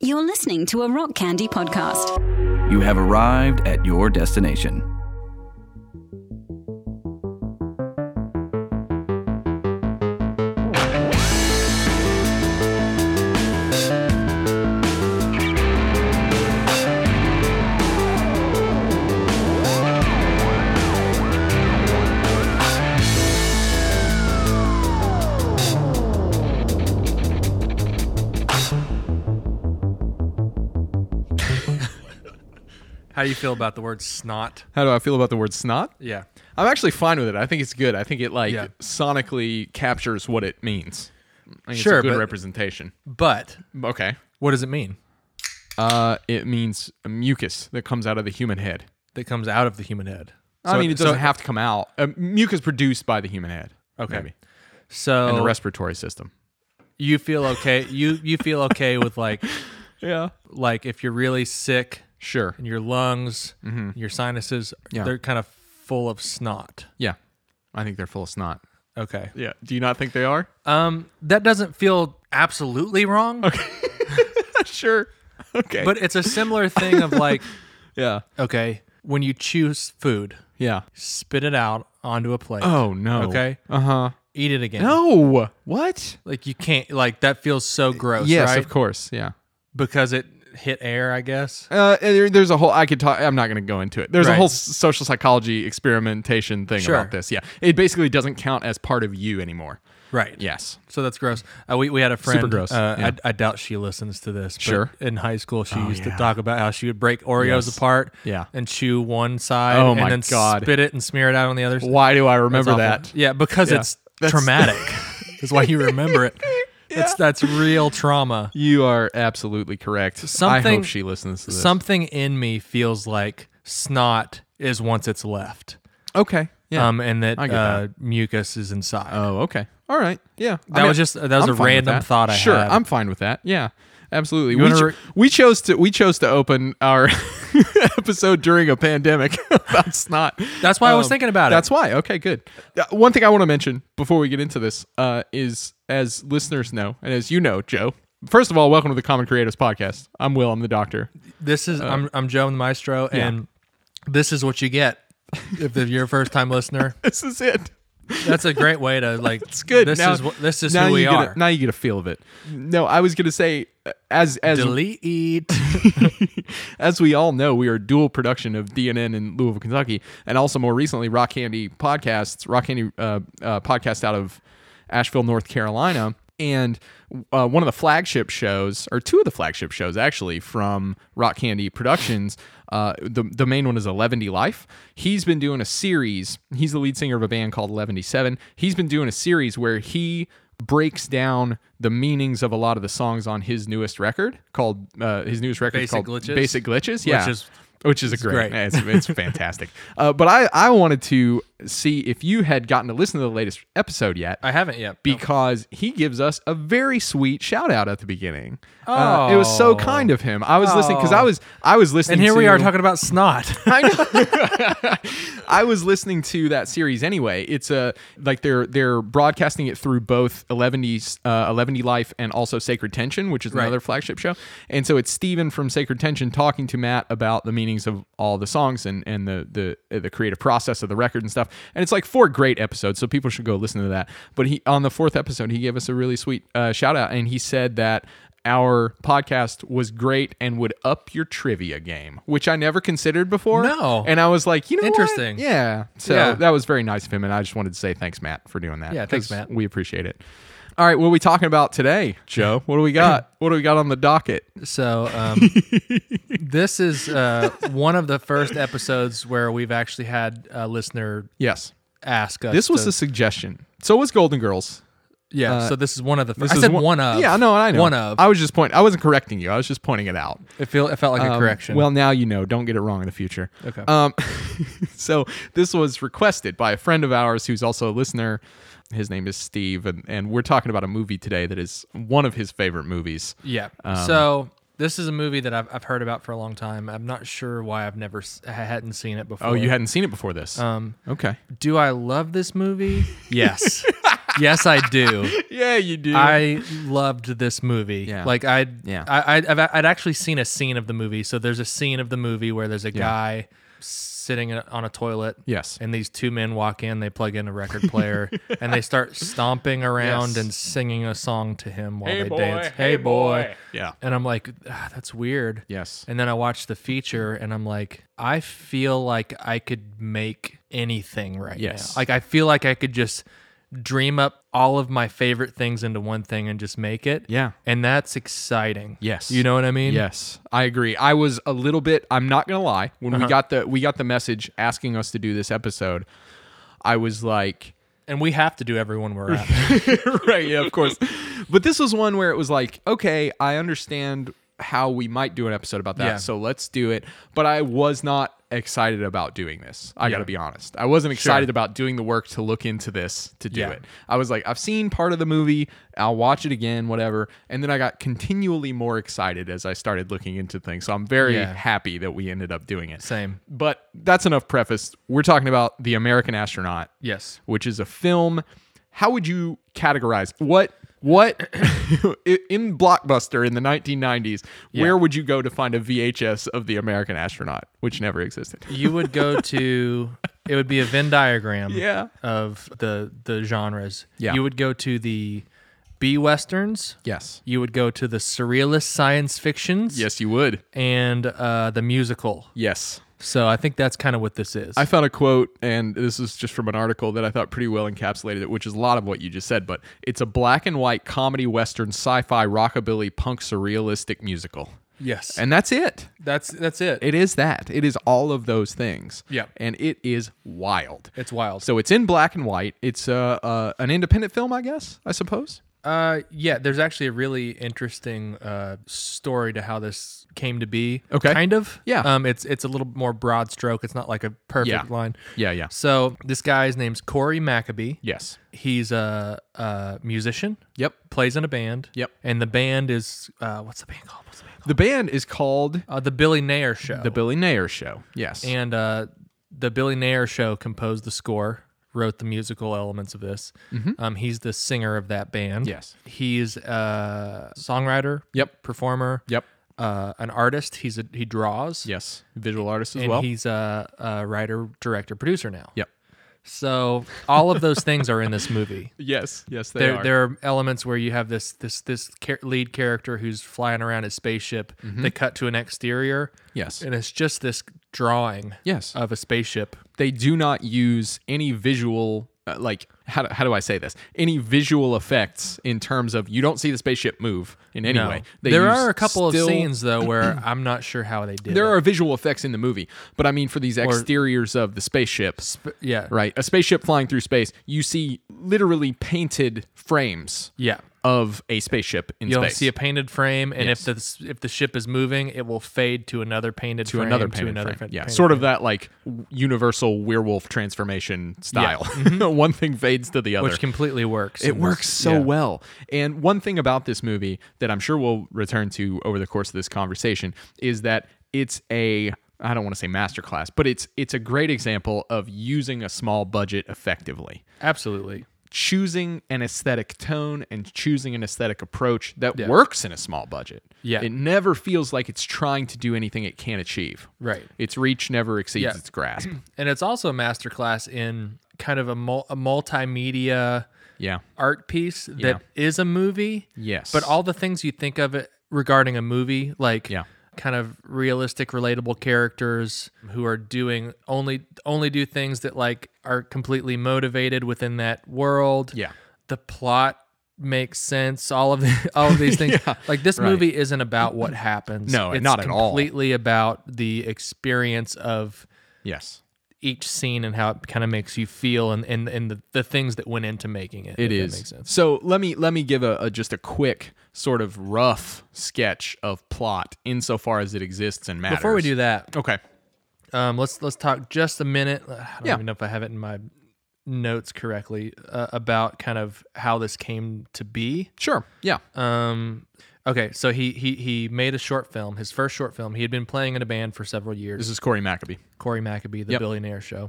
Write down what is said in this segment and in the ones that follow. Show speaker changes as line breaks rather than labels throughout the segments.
You're listening to a Rock Candy podcast.
You have arrived at your destination.
How do you feel about the word snot?
How do I feel about the word snot?
Yeah.
I'm actually fine with it. I think it's good. I think it like
Yeah.
sonically captures what it means. I think
Sure,
it's a good
but-
representation.
But
Okay.
what does it mean
Uh, it means a mucus that comes out of the human head.
that comes out of the human head?
I mean, it doesn't
so,
have to come out. Uh, mucus produced by the human head.
Okay.
maybe,
So
and the respiratory system.
you feel okay. You you feel okay with like
Yeah.
like if you're really sick
Sure. Mm-hmm.
and your lungs, your sinuses,
Yeah.
they're kind of full of snot.
Yeah. I think they're full of snot. Uh,
Okay.
Yeah. Do you not think they are?
Um, that doesn't feel absolutely wrong,
sure. Okay.
but it's a similar thing of like
yeah.
okay when you choose food,
Yeah.
spit it out onto a plate.
Oh no.
Okay.
Uh huh.
Eat it again.
No. What?
Like you can't like that feels so gross,
yes,
right?
of course. Yeah.
Because it hit air, I guess.
Uh, there, there's a whole. I could talk. I'm not going to go into it. There's a
Right.
whole s- social psychology experimentation thing
Sure.
about this. Yeah, it basically doesn't count as part of you anymore.
Right.
Yes.
So that's gross. Uh, we, we had a friend.
Super gross,
Uh,
yeah.
I, I doubt she listens to this. but
Sure.
In high school, she used
yeah.
to talk about how she would break Oreos
Yes.
apart.
Yeah.
And chew one side.
Oh
and
my
then
God.
Spit it and smear it out on the other side.
Why do I
That's
remember
awful.
that?
Yeah, because
Yeah.
it's
That's-
traumatic. is why you remember it. That's that's real trauma.
You are absolutely correct. I
Something-
hope she listens to this.
Something in me feels like snot is once it's left.
okay. Yeah.
Um, and that,
I get
uh, mucus is inside.
oh, okay. All right. Yeah.
That was just- that was a
fine with
random
that.
thought I
sure,
had.
I'm fine with that. Yeah. Absolutely. We,
wanna
cho-
re-
we chose to we chose to open our episode during a pandemic about snot.
That's why I was thinking about it.
That's why. Okay, good. Uh, One thing I want to mention before we get into this uh, is, as listeners know, and as you know, Joe. First of all, welcome to the Common Creatives Podcast. I'm Will. I'm the doctor.
This
Oh.
is I'm I'm Joe the Maestro, and this is what you get if you're a first time listener.
This is it.
That's a great way to like.
It's good.
This
now,
is what this is
now
who we
you get a-
are.
now you get a feel of it. No, I was gonna say, uh, as as
Delete.
as we all know, we are a dual production of DNN in Louisville, Kentucky, and also more recently Rock Candy Podcasts, Rock Candy uh, uh, podcast out of Asheville, North Carolina. And uh, one of the flagship shows, or two of the flagship shows actually, from Rock Candy Productions, uh, the, the main one is Eleventy Life. He's been doing a series. He's the lead singer of a band called Eleventy Seven. He's been doing a series where he breaks down the meanings of a lot of the songs on his newest record called uh, his newest record is
Basic
called
Glitches?
Basic glitches. Yeah,
is-
which is a great,
great.
It's, it's fantastic. Uh, but I I wanted to see if you had gotten to listen to the latest episode yet.
I haven't yet. No.
because he gives us a very sweet shout out at the beginning. Uh, it was so
Oh.
kind of him. I was listening because I
Oh.
was I was listening.
and here we
to-
are talking about snot.
I know. I was listening to that series anyway. It's a like they're they're broadcasting it through both 11D uh, 11D Life and also Sacred Tension, which is
Right.
another flagship show. And so it's Steven from Sacred Tension talking to Matt about the meanings of all the songs and and the the uh, the creative process of the record and stuff. And it's like four great episodes, so people should go listen to that. But he on the fourth episode, he gave us a really sweet uh, shout out, and he said that our podcast was great and would up your trivia game, which I never considered before.
No.
And I was like, you know, what?
Interesting.
Yeah. So
Yeah.
that was very nice of him, and I just wanted to say thanks, Matt, for doing that.
Yeah, thanks,
'cause
Matt.
We appreciate it. All right, what are we talking about today, Joe? What do we got? what do we got on the docket?
So um, this is uh, one of the first episodes where we've actually had a listener
Yes,
ask us.
this was
to-
a suggestion. So was Golden Girls.
yeah. so this is one of the. First,
This
I
is
said one, of.
Yeah, no, I know.
One of.
I was just point. I wasn't correcting you. I was just pointing it out.
it, feel, it felt like a
Um,
correction.
Well, now you know. Don't get it wrong in the future.
Okay.
Um, so this was requested by a friend of ours who's also a listener. His name is Steve, and, and we're talking about a movie today that is one of his favorite movies.
Yeah.
Um,
so this is a movie that I've, I've heard about for a long time. I'm not sure why I've never s- I Oh, hadn't seen it before.
Oh, you hadn't seen it before this? Um, okay.
Do I love this movie? Yes. yes, I do.
yeah, you do.
I loved this movie.
Yeah.
Like I'd,
Yeah.
I, I'd, I've, I'd actually seen a scene of the movie. So there's a scene of the movie where there's a guy sitting in a- on a toilet.
Yes.
And these two men walk in, they plug in a record player, and they start stomping around
Yes.
and singing a song to him while
Hey,
they
boy.
dance.
Hey, boy. Yeah.
And I'm like, ah, that's weird.
Yes.
And then I watched the feature and I'm like, I feel like I could make anything right
Yes.
now. Like I feel like I could just dream up all of my favorite things into one thing and just make it.
Yeah.
And that's exciting.
Yes.
You know what I mean?
Yes, I agree. I was a little bit. I'm not gonna lie. When
Uh-huh.
we got the we got the message asking us to do this episode, I was like,
And we have to do everyone we're at.
right, yeah, of course. But this was one where it was like, okay, I understand how we might do an episode about that,
Yeah.
so let's do it. But I was not excited about doing this. I got to be honest. I wasn't excited about doing the work to look into this to do
Yeah.
it. I was like, I've seen part of the movie. I'll watch it again, whatever. And then I got continually more excited as I started looking into things. So I'm very
Yeah.
happy that we ended up doing it.
Same.
But that's enough preface. We're talking about The American Astronaut
Yes.
which is a film. How would you categorize what what i- in blockbuster in the 1990s? Where would you go to find a VHS of the American astronaut, which never existed?
You would go to it would be a Venn diagram
Yeah.
of the the genres.
Yeah.
You would go to the B westerns.
Yes,
You would go to the surrealist science fictions.
yes, you would.
and uh, the musical.
Yes,
So I think that's kind of what this is.
I found a quote, and this is just from an article that I thought pretty well encapsulated it, which is a lot of what you just said. But it's a black and white comedy western, sci-fi, rockabilly, punk, surrealistic musical,
yes, and
and that's it.
that's that's it.
It is that. It is all of those things.
Yeah.
And it is wild.
It's wild.
So it's in black and white. It's uh, uh, an independent film, I guess, I suppose.
uh, yeah, there's actually a really interesting uh, story to how this came to be.
Okay.
kind of.
Yeah.
Um, it's it's a little more broad stroke. It's not like a perfect
Yeah.
line.
Yeah, yeah.
So this guy's name's Corey Maccabee.
Yes.
He's a, a musician.
Yep.
Plays in a band.
Yep.
And the band is uh, what's the band called? What's the band called?
The band is called
Uh, the Billy Nair Show.
The Billy Nair Show. Yes.
Oh. and uh, the Billy Nair show composed the score, wrote the musical elements of this. Um, he's the singer of that band.
Mm-hmm. Yes.
he's a songwriter.
Yep.
performer.
Yep.
uh, an artist. He's a, he draws.
yes. Visual artist as
and
well.
he's a, a writer, director, producer now.
yep.
So all of those things are in this movie.
Yes. Yes, they
There,
are.
there are elements where you have this this this char- lead character who's flying around his spaceship. They cut to an exterior,
Mm-hmm. yes.
and it's just this drawing
Yes.
of a spaceship.
they do not use any visual uh, like how do, how do I say this? Any visual effects in terms of you don't see the spaceship move in any
No.
way.
there
use
are a couple
still-
of scenes though where I'm not sure how they did.
There
it.
are visual effects in the movie, but I mean for these exteriors of the spaceship,
yeah,
right? A spaceship flying through space, you see literally painted frames
Yeah,
of a spaceship in
you'll
space.
see a painted frame, and if the if the ship is moving, it will fade to another painted
to
frame,
another painted
to another
frame.
fa-
yeah,
painted
sort of
frame,
that like w- universal werewolf transformation style. One thing fades to the other.
Mm-hmm. which completely works. in
It
this.
works so
Yeah.
well. And one thing about this movie that I'm sure we'll return to over the course of this conversation is that it's a I don't want to say masterclass, but it's it's a great example of using a small budget effectively.
Absolutely.
Choosing an aesthetic tone and choosing an aesthetic approach that works in a small budget.
Yeah.
It never feels like it's trying to do anything it can't achieve.
Right.
Its reach never exceeds
Yeah.
its grasp.
And it's also a masterclass in kind of a, mul- a multimedia
yeah.
art piece that is a movie.
Yes.
But all the things you think of it regarding a movie, like
Yeah.
kind of realistic, relatable characters who are doing only only do things that like are completely motivated within that world.
Yeah.
The plot makes sense. All of the, all of these things. Like this movie isn't about what happens.
No,
it's
not at all.
Completely about the experience of
Yes.
each scene and how it kind of makes you feel and and, and the, the things that went into making it.
It
if
is.
That makes sense.
So let me let me give a, a just a quick sort of rough sketch of plot insofar as it exists and matters.
Before we do that,
okay,
um, let's let's talk just a minute. I don't
Yeah.
even know if I have it in my notes correctly uh, about kind of how this came to be.
sure, yeah,
Um, okay, so he he he made a short film, his first short film. He had been playing in a band for several years.
this is Corey Maccabee.
Corey Maccabee, the
Yep.
Billionaire Show.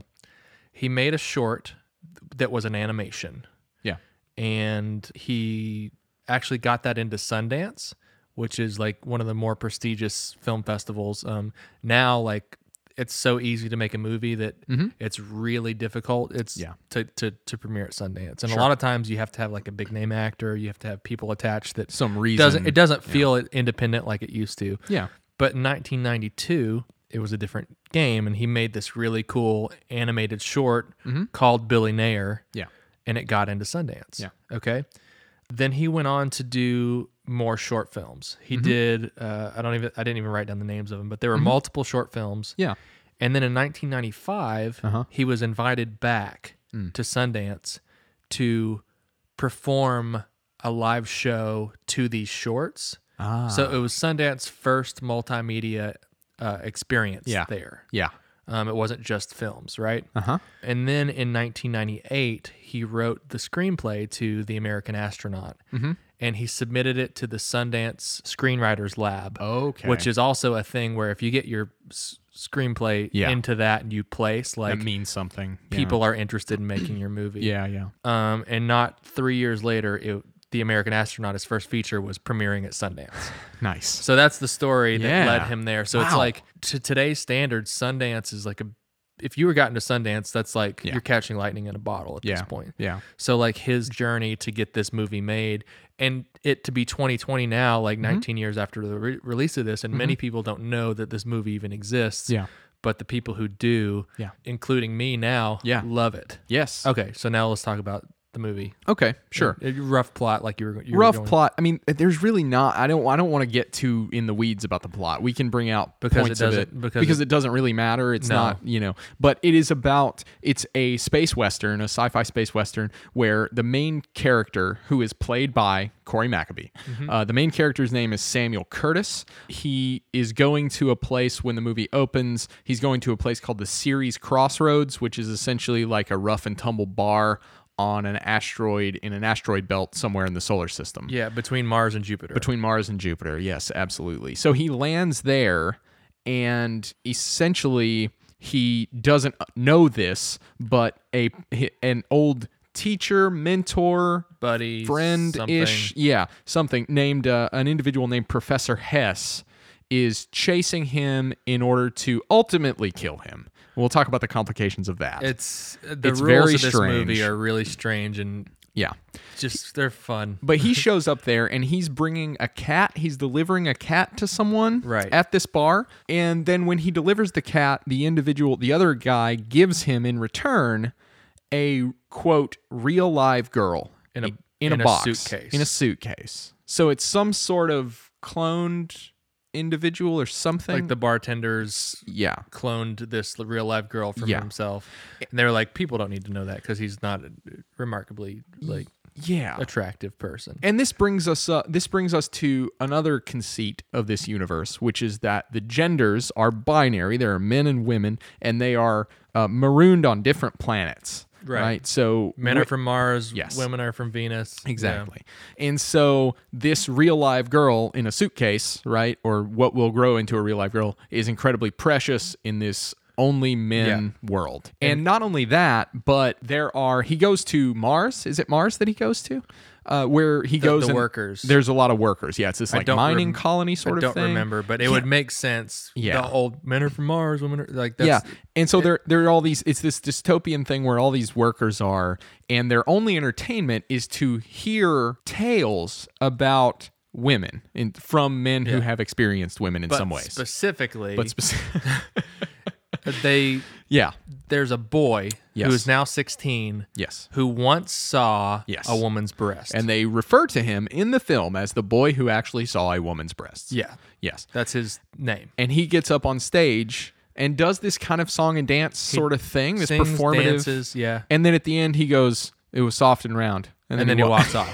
He made a short that was an animation.
Yeah,
and he actually got that into Sundance, which is like one of the more prestigious film festivals. Um, now, like it's so easy to make a movie that it's really difficult. It's
Mm-hmm. Yeah.
to, to to premiere at Sundance, and a lot of times you have to have like a big name actor, you have to have people attached that
Some reason,
doesn't it doesn't feel independent like it used to.
Yeah.
But in 1992, it was a different game, and he made this really cool animated short
Mm-hmm.
called Billy Nair.
Yeah.
And it got into Sundance.
Yeah.
Okay. Then he went on to do more short films.
Mm-hmm.
He did. Uh, I don't even. I didn't even write down the names of them, but there were multiple short films.
Yeah. Uh-huh.
And then in 1995, he was invited back
Mm.
to Sundance to perform a live show to these shorts.
Ah.
So it was Sundance's first multimedia uh, experience
Yeah.
there.
Yeah.
Um, it wasn't just films, right?
Uh-huh.
And then in 1998, he wrote the screenplay to The American Astronaut,
Mm-hmm.
and he submitted it to the Sundance Screenwriters Lab.
Okay.
which is also a thing where if you get your s- screenplay
Yeah.
into that and you place, like
That means something. Yeah.
people are interested in making your movie.
Yeah. Yeah.
Um, and not three years later, it, the American Astronaut, his first feature, was premiering at Sundance.
Nice.
So that's the story that
Yeah.
led him there. So it's
Wow.
like to today's standards, Sundance is like a if you were gotten to Sundance, that's like
Yeah.
you're catching lightning in a bottle at
Yeah.
this point.
Yeah.
So like his journey to get this movie made and it to be 2020 now, like
Mm-hmm.
19 years after the re- release of this, and many people don't know that this movie even exists.
Yeah.
But the people who do,
Yeah.
including me now,
Yeah.
love it.
Yes.
Okay, so now let's talk about the movie.
Okay. Sure.
A rough plot, like you were. You were
rough
going-
plot. I mean, there's really not. I don't. I don't want to get too in the weeds about the plot. We can bring out
Because it
points of it
doesn't- because
it, doesn't really matter. It's
No.
not you know. But it is about. It's a space western, a sci-fi space western, where the main character, who is played by Corey Maccabee, uh, the main character's name is Samuel Curtis. He is going to a place when the movie opens. He's going to a place called the Series Crossroads, which is essentially like a rough and tumble bar. On an asteroid in an asteroid belt somewhere in the solar system
Yeah, between Mars and Jupiter.
between Mars and Jupiter. Yes, absolutely. So he lands there and essentially he doesn't know this, but a an old teacher, mentor,
buddy,
friend ish,
something.
yeah, something named uh, an individual named Professor Hess is chasing him in order to ultimately kill him. We'll talk about the complications of that.
It's uh, the rules
It's very
of this
strange.
movie are really strange and
yeah.
just they're fun.
But he shows up there and he's bringing a cat. He's delivering a cat to someone
Right.
at this bar. And then when he delivers the cat, the individual, the other guy, gives him in return a quote, real live girl
In a-
in,
in
a
a
box,
suitcase.
In a suitcase. So it's some sort of cloned individual or something.
Like the bartenders
yeah.
cloned this l- real life girl from
Yeah.
himself, and they were like, people don't need to know that because he's not a remarkably like
Yeah.
attractive person.
And this brings us uh, this brings us to another conceit of this universe, which is that the genders are binary. There are men and women, and they are uh, marooned on different planets.
Right.
So
Men are from Mars.
Yes.
Women are from Venus. Yeah.
Exactly. And so this real live girl in a suitcase, right, or what will grow into a real live girl is incredibly precious in this only men world. And, not only that, but there are he goes to Mars. Is it Mars that he goes to? Uh, where he goes
the
and-
workers.
There's a lot of workers. Yeah, it's this like
don't
mining
rem-
colony sort
I
of
don't
thing.
remember, but it would make sense.
Yeah.
The old men are from Mars. Women are like that's,
yeah. And so there there are all these it's this dystopian thing where all these workers are and their only entertainment is to hear tales about women in, from men who have experienced women in
But
some ways.
specifically,
but spec-
they
yeah.
there's a boy
Yes.
who is now 16
Yes.
who once saw
Yes.
a woman's breast.
And they refer to him in the film as the boy who actually saw a woman's breasts.
yeah,
Yes.
that's his name.
And he gets up on stage and does this kind of song and dance sort of thing, this
Sings,
performative.
dances, yeah.
And then at the end he goes, "It was soft and round."
And, then, he,
wa-
walks off.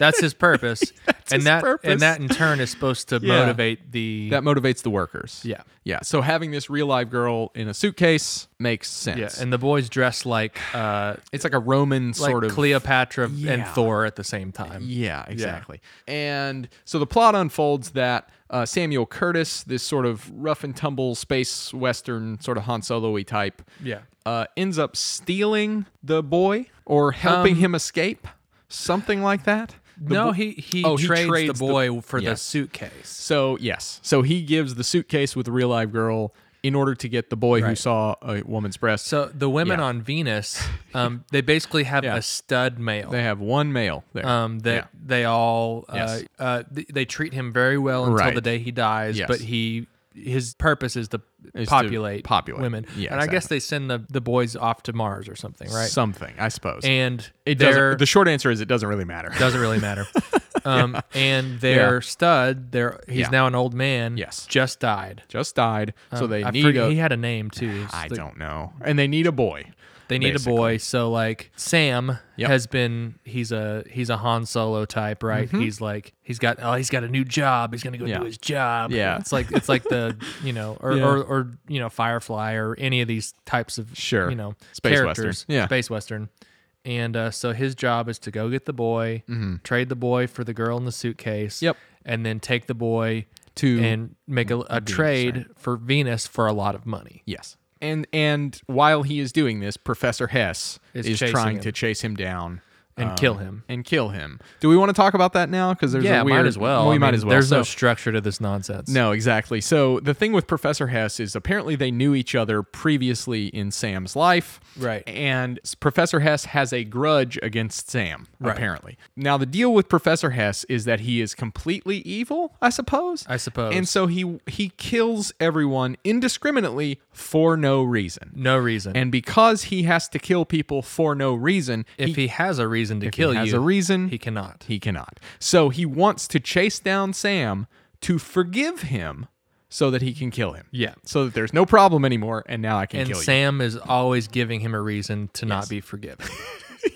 That's his purpose. and
his
that
purpose.
and that in turn is supposed to
Yeah.
motivate the
that motivates the workers.
Yeah.
Yeah. So having this real live girl in a suitcase makes
yeah,
sense.
and the boys dress like uh
it's like a Roman
like
sort of
Cleopatra and
Yeah.
Thor at the same time.
Yeah, exactly. And so the plot unfolds that uh, Samuel Curtis, this sort of rough and tumble space western sort of Han Solo y type,
Yeah.
uh, ends up stealing the boy or helping him escape. something like that. The
Um, no,
bo-
he he,
Oh,
trades, the boy for
yeah.
the suitcase.
So yes, so he gives the suitcase with the real live girl in order to get the boy who
Right.
saw a woman's breast.
So the women
Yeah.
on Venus, um, they basically have
Yeah.
a stud male.
they have one male there.
um, that
Yeah.
they all
Yes.
uh, uh, th- they treat him very well until
Right.
the day he dies.
Yes.
But he his purpose is to
Is to
populate
populate.
women.
Yeah,
and I guess
exactly.
they send the, the boys off to Mars or something, right?
Something, I suppose.
and
it
their
doesn't, the short answer is it doesn't really matter.
doesn't really matter. Um, And their
Yeah.
stud, their he's
Yeah.
now an old man.
Yes.
just died.
Just died, so
Um,
they
I
need
forget-
a.
he had a name too.
I
It's like-
don't know, and they need a boy.
They need
basically.
a boy. So like Sam
Yep.
has been he's a he's a Han Solo type, right? He's like he's got oh he's got a new job. He's gonna go
Mm-hmm. Yeah.
do his job.
Yeah.
It's like it's like the you know or,
Yeah.
or or you know Firefly or any of these types of
Sure.
you know
Space
characters
Western. Yeah.
space western. And uh, so his job is to go get the boy, trade the boy for the girl in the suitcase.
Mm-hmm. Yep.
And then take the boy
To
and make a, a trade
right.
for Venus for a lot of money.
Yes. And and while he is doing this, Professor Hess is,
Is chasing
trying
him.
to chase him down
And
Um,
kill him.
And kill him. Do we want to talk about that now? Because there's
Yeah,
a weird.
might as well.
We
I
might
mean,
as well.
There's no
So-
structure to this nonsense.
no, exactly. So the thing with Professor Hess is apparently they knew each other previously in Sam's life.
Right.
And s- Professor Hess has a grudge against Sam,
Right.
apparently. Now, the deal with Professor Hess is that he is completely evil, I suppose.
I suppose.
And so he he kills everyone indiscriminately for no reason.
No reason.
And because he has to kill people for no reason,
if he, has a reason to kill
he has
you,
a reason,
he cannot.
he cannot. So he wants to chase down Sam to forgive him so that he can kill him.
Yeah.
So that there's no problem anymore and now I can
and
kill
Sam is always giving him a reason to not be forgiven.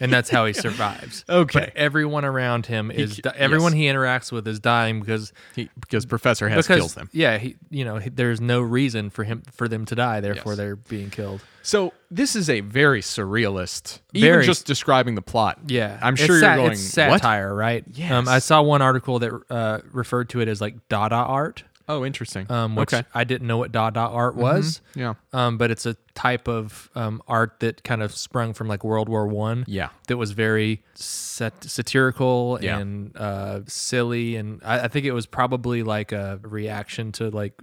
and that's how he survives.
Okay.
But everyone around him is di- everyone he interacts with is dying because
you. He, because Professor Hess
because
kills them.
yeah, he, you know, he, there's no reason for him for them to die, therefore
Yes.
they're being killed.
So this is a very surrealist. Even
Very-
just describing the plot.
Yeah.
I'm
It's
sure
sa-
you're going
it's
"What?"
satire, right? Um, I
Yes.
saw one article that uh, referred to it as like Dada art.
Oh, interesting.
um, which
okay. Mm-hmm.
I didn't know what Dada art was.
Yeah.
Um, but it's a type of um, art that kind of sprung from like World War One.
Yeah.
That was very sat- satirical
Yeah.
and uh, silly, and I, I think it was probably like a reaction to like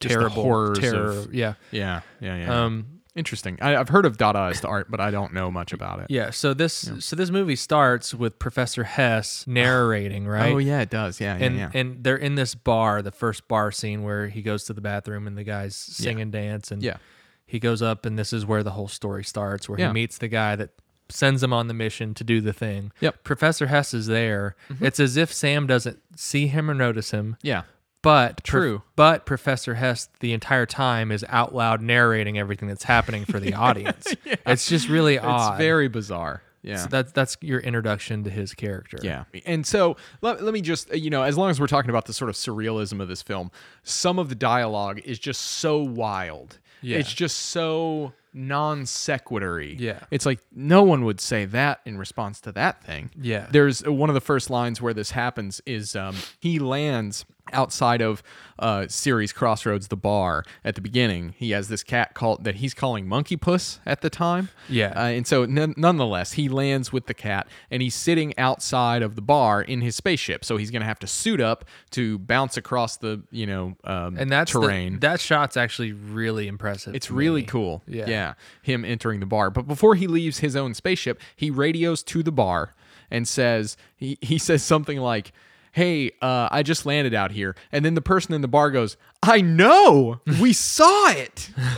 Just the
terrible
horrors
terror.
of-
yeah.
Yeah. Yeah. Yeah.
Um,
interesting. I, I've heard of Dadaist art, but I don't know much about it.
yeah. So this so this movie starts with Professor Hess narrating, right?
Oh yeah, it does. Yeah, yeah,
and
yeah.
and they're in this bar, the first bar scene where he goes to the bathroom and the guys sing and dance, and
Yeah.
he goes up, and this is where the whole story starts, where
Yeah.
he meets the guy that sends him on the mission to do the thing.
Yep. Mm-hmm.
Professor Hess is there. It's as if Sam doesn't see him or notice him,
yeah.
but Pro-
True.
but Professor Hess the entire time is out loud narrating everything that's happening for the audience. It's just really odd.
It's very bizarre. Yeah.
so that, that's your introduction to his character.
Yeah. And so let, let me just, uh, you know, as long as we're talking about the sort of surrealism of this film, some of the dialogue is just so wild.
Yeah.
It's just so non sequitur
Yeah.
It's like no one would say that in response to that thing.
Yeah.
There's uh, one of the first lines where this happens is um, he lands outside of uh, series Crossroads, the bar at the beginning. He has this cat called that he's calling Monkey Puss at the time.
Yeah.
Uh, and so, n- nonetheless, he lands with the cat and he's sitting outside of the bar in his spaceship. So he's going to have to suit up to bounce across the, you know, um,
And that's the-
terrain.
that shot's actually really impressive.
it's
to
really
me.
cool.
Yeah.
Yeah. Him entering the bar. But before he leaves his own spaceship, he radios to the bar and says, he, he says something like, Hey, uh, I just landed out here. And then the person in the bar goes, I know, we saw it,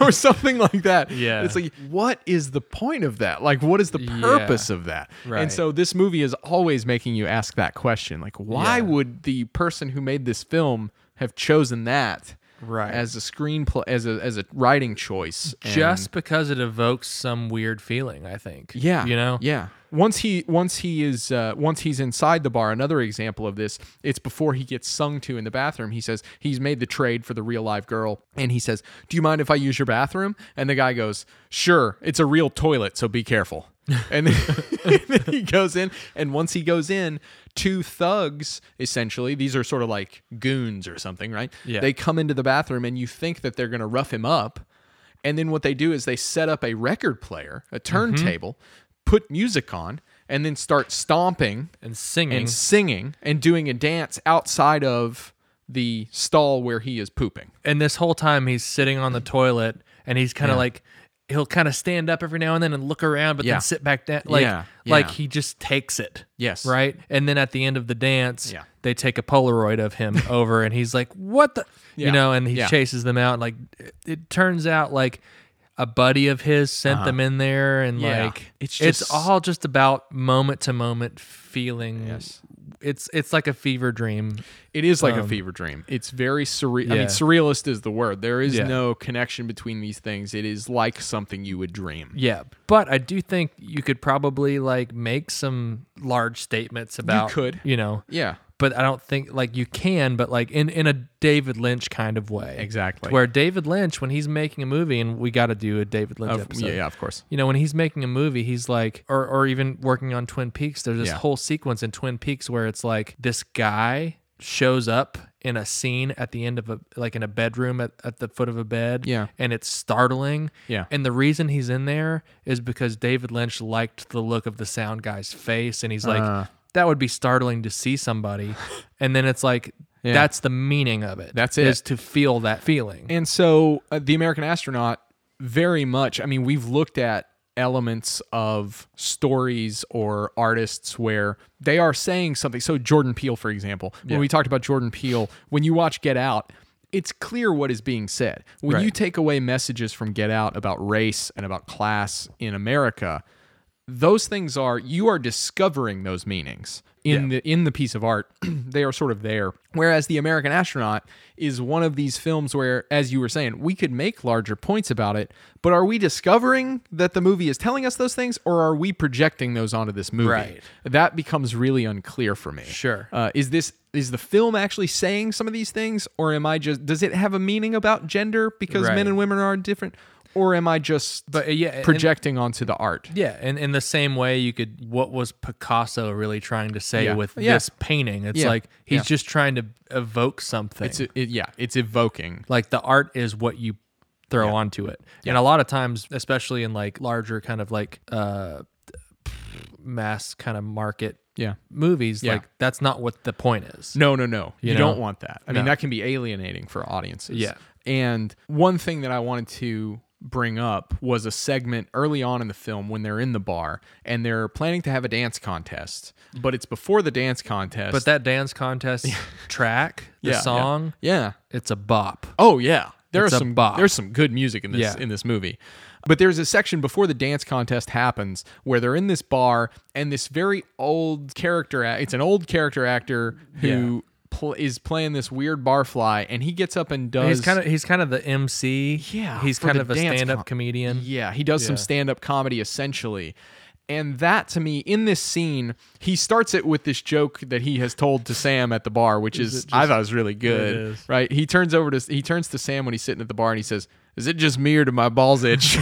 or something like that.
Yeah.
It's like, what is the point of that? Like, what is the purpose of that?
Right.
And so this movie is always making you ask that question. Like, why
Yeah.
would the person who made this film have chosen that
Right.
as a screenplay, as a, as a writing choice? And-
just because it evokes some weird feeling i think
yeah,
you know
yeah. Once he once he is uh, once he's inside the bar. Another example of this. It's before he gets sung to in the bathroom. He says he's made the trade for the real live girl, and he says, "Do you mind if I use your bathroom?" And the guy goes, "Sure. It's a real toilet, so be careful." And then, and then he goes in, and once he goes in, two thugs essentially. These are sort of like goons or something, right?
Yeah.
They come into the bathroom, and you think that they're going to rough him up.
Mm-hmm.
And then what they do is they set up a record player, a turntable, put music on, and then start stomping
and singing.
and singing and doing a dance outside of the stall where he is pooping.
and this whole time he's sitting on the toilet and he's kind of like he'll kind of stand up every now and then and look around but
Yeah.
then sit back down like
Yeah,
like
yeah.
he just takes it
Yes.
right and then at the end of the dance
Yeah.
they take a polaroid of him over and he's like what the
Yeah,
you know and he
yeah.
chases them out like it, it turns out like a buddy of his sent them in there and
Uh-huh. Yeah.
like
It's just-
all just about moment to moment feeling
Yes.
it's it's like a fever dream
It is like a fever dream. It's very surreal. I
Um, yeah.
mean, surrealist is the word. There is
Yeah.
no connection between these things. It is like something you would dream.
Yeah, but I do think you could probably like make some large statements about
could.
you know,
Yeah.
but I don't think like you can, but like in in a David Lynch kind of way,
Exactly.
Where David Lynch, when he's making a movie, and we got to do a David Lynch
Of,
episode,
yeah, yeah, of course.
You know, when he's making a movie, he's like, or or even working on Twin Peaks. There's this
Yeah.
whole sequence in Twin Peaks where it's like this guy shows up in a scene at the end of a like in a bedroom at, at the foot of a bed
Yeah.
and it's startling
Yeah.
and the reason he's in there is because david lynch liked the look of the sound guy's face and he's like
Uh.
that would be startling to see somebody and then it's like
Yeah.
that's the meaning of it
That's
is
it.
to feel that feeling
And so uh, the American astronaut very much, I mean, we've looked at elements of stories or artists where they are saying something. So Jordan Peele, for example, when we talked about Jordan Peele, when you watch Get Out, it's clear what is being said. When you
Right.
take away messages from Get Out about race and about class in America, those things are you are discovering those meanings in the in the piece of art they are sort of there whereas the american astronaut is one of these films where as you were saying we could make larger points about it but are we discovering that the movie is telling us those things or are we projecting those onto this movie
Right.
that becomes really unclear for me
Sure.
uh, is this is the film actually saying some of these things or am i just does it have a meaning about gender because
Right.
men and women are different or am i just
But, uh, yeah, and-
projecting onto the art
yeah and in the same way you could what was picasso really trying to say
Yeah.
with
Yeah.
this painting it's
Yeah.
like he's
Yeah.
just trying to evoke something
It's it, yeah, it's evoking.
like the art is what you throw onto it and a lot of times especially in like larger kind of like uh mass kind of market
Yeah.
movies
Yeah.
like that's not what the point is
No, no, no. You,
You know?
don't want that. I mean,
No.
that can be alienating for audiences.
Yeah.
And one thing that I wanted to bring up was a segment early on in the film when they're in the bar and they're planning to have a dance contest, but it's before the dance contest.
but that dance contest track the
Yeah, yeah.
song
yeah.
it's a bop
Oh yeah, there
It's
are
a
some
bop.
there's some good music in this
Yeah.
in this movie. But there's a section before the dance contest happens where they're in this bar and this very old character act- it's an old character actor who pl- is playing this weird barfly and he gets up and does
he's kind of he's kind of the mc
Yeah,
he's
for
kind
the
of a
dance
stand-up
con-
comedian
yeah, he does some
Yeah.
stand up comedy essentially. And that to me, in this scene, he starts it with this joke that he has told to Sam at the bar, which is, I thought was really good.
is.
Right? He turns over to he turns to Sam when he's sitting at the bar and he says, "Is it just me or do my balls itch?"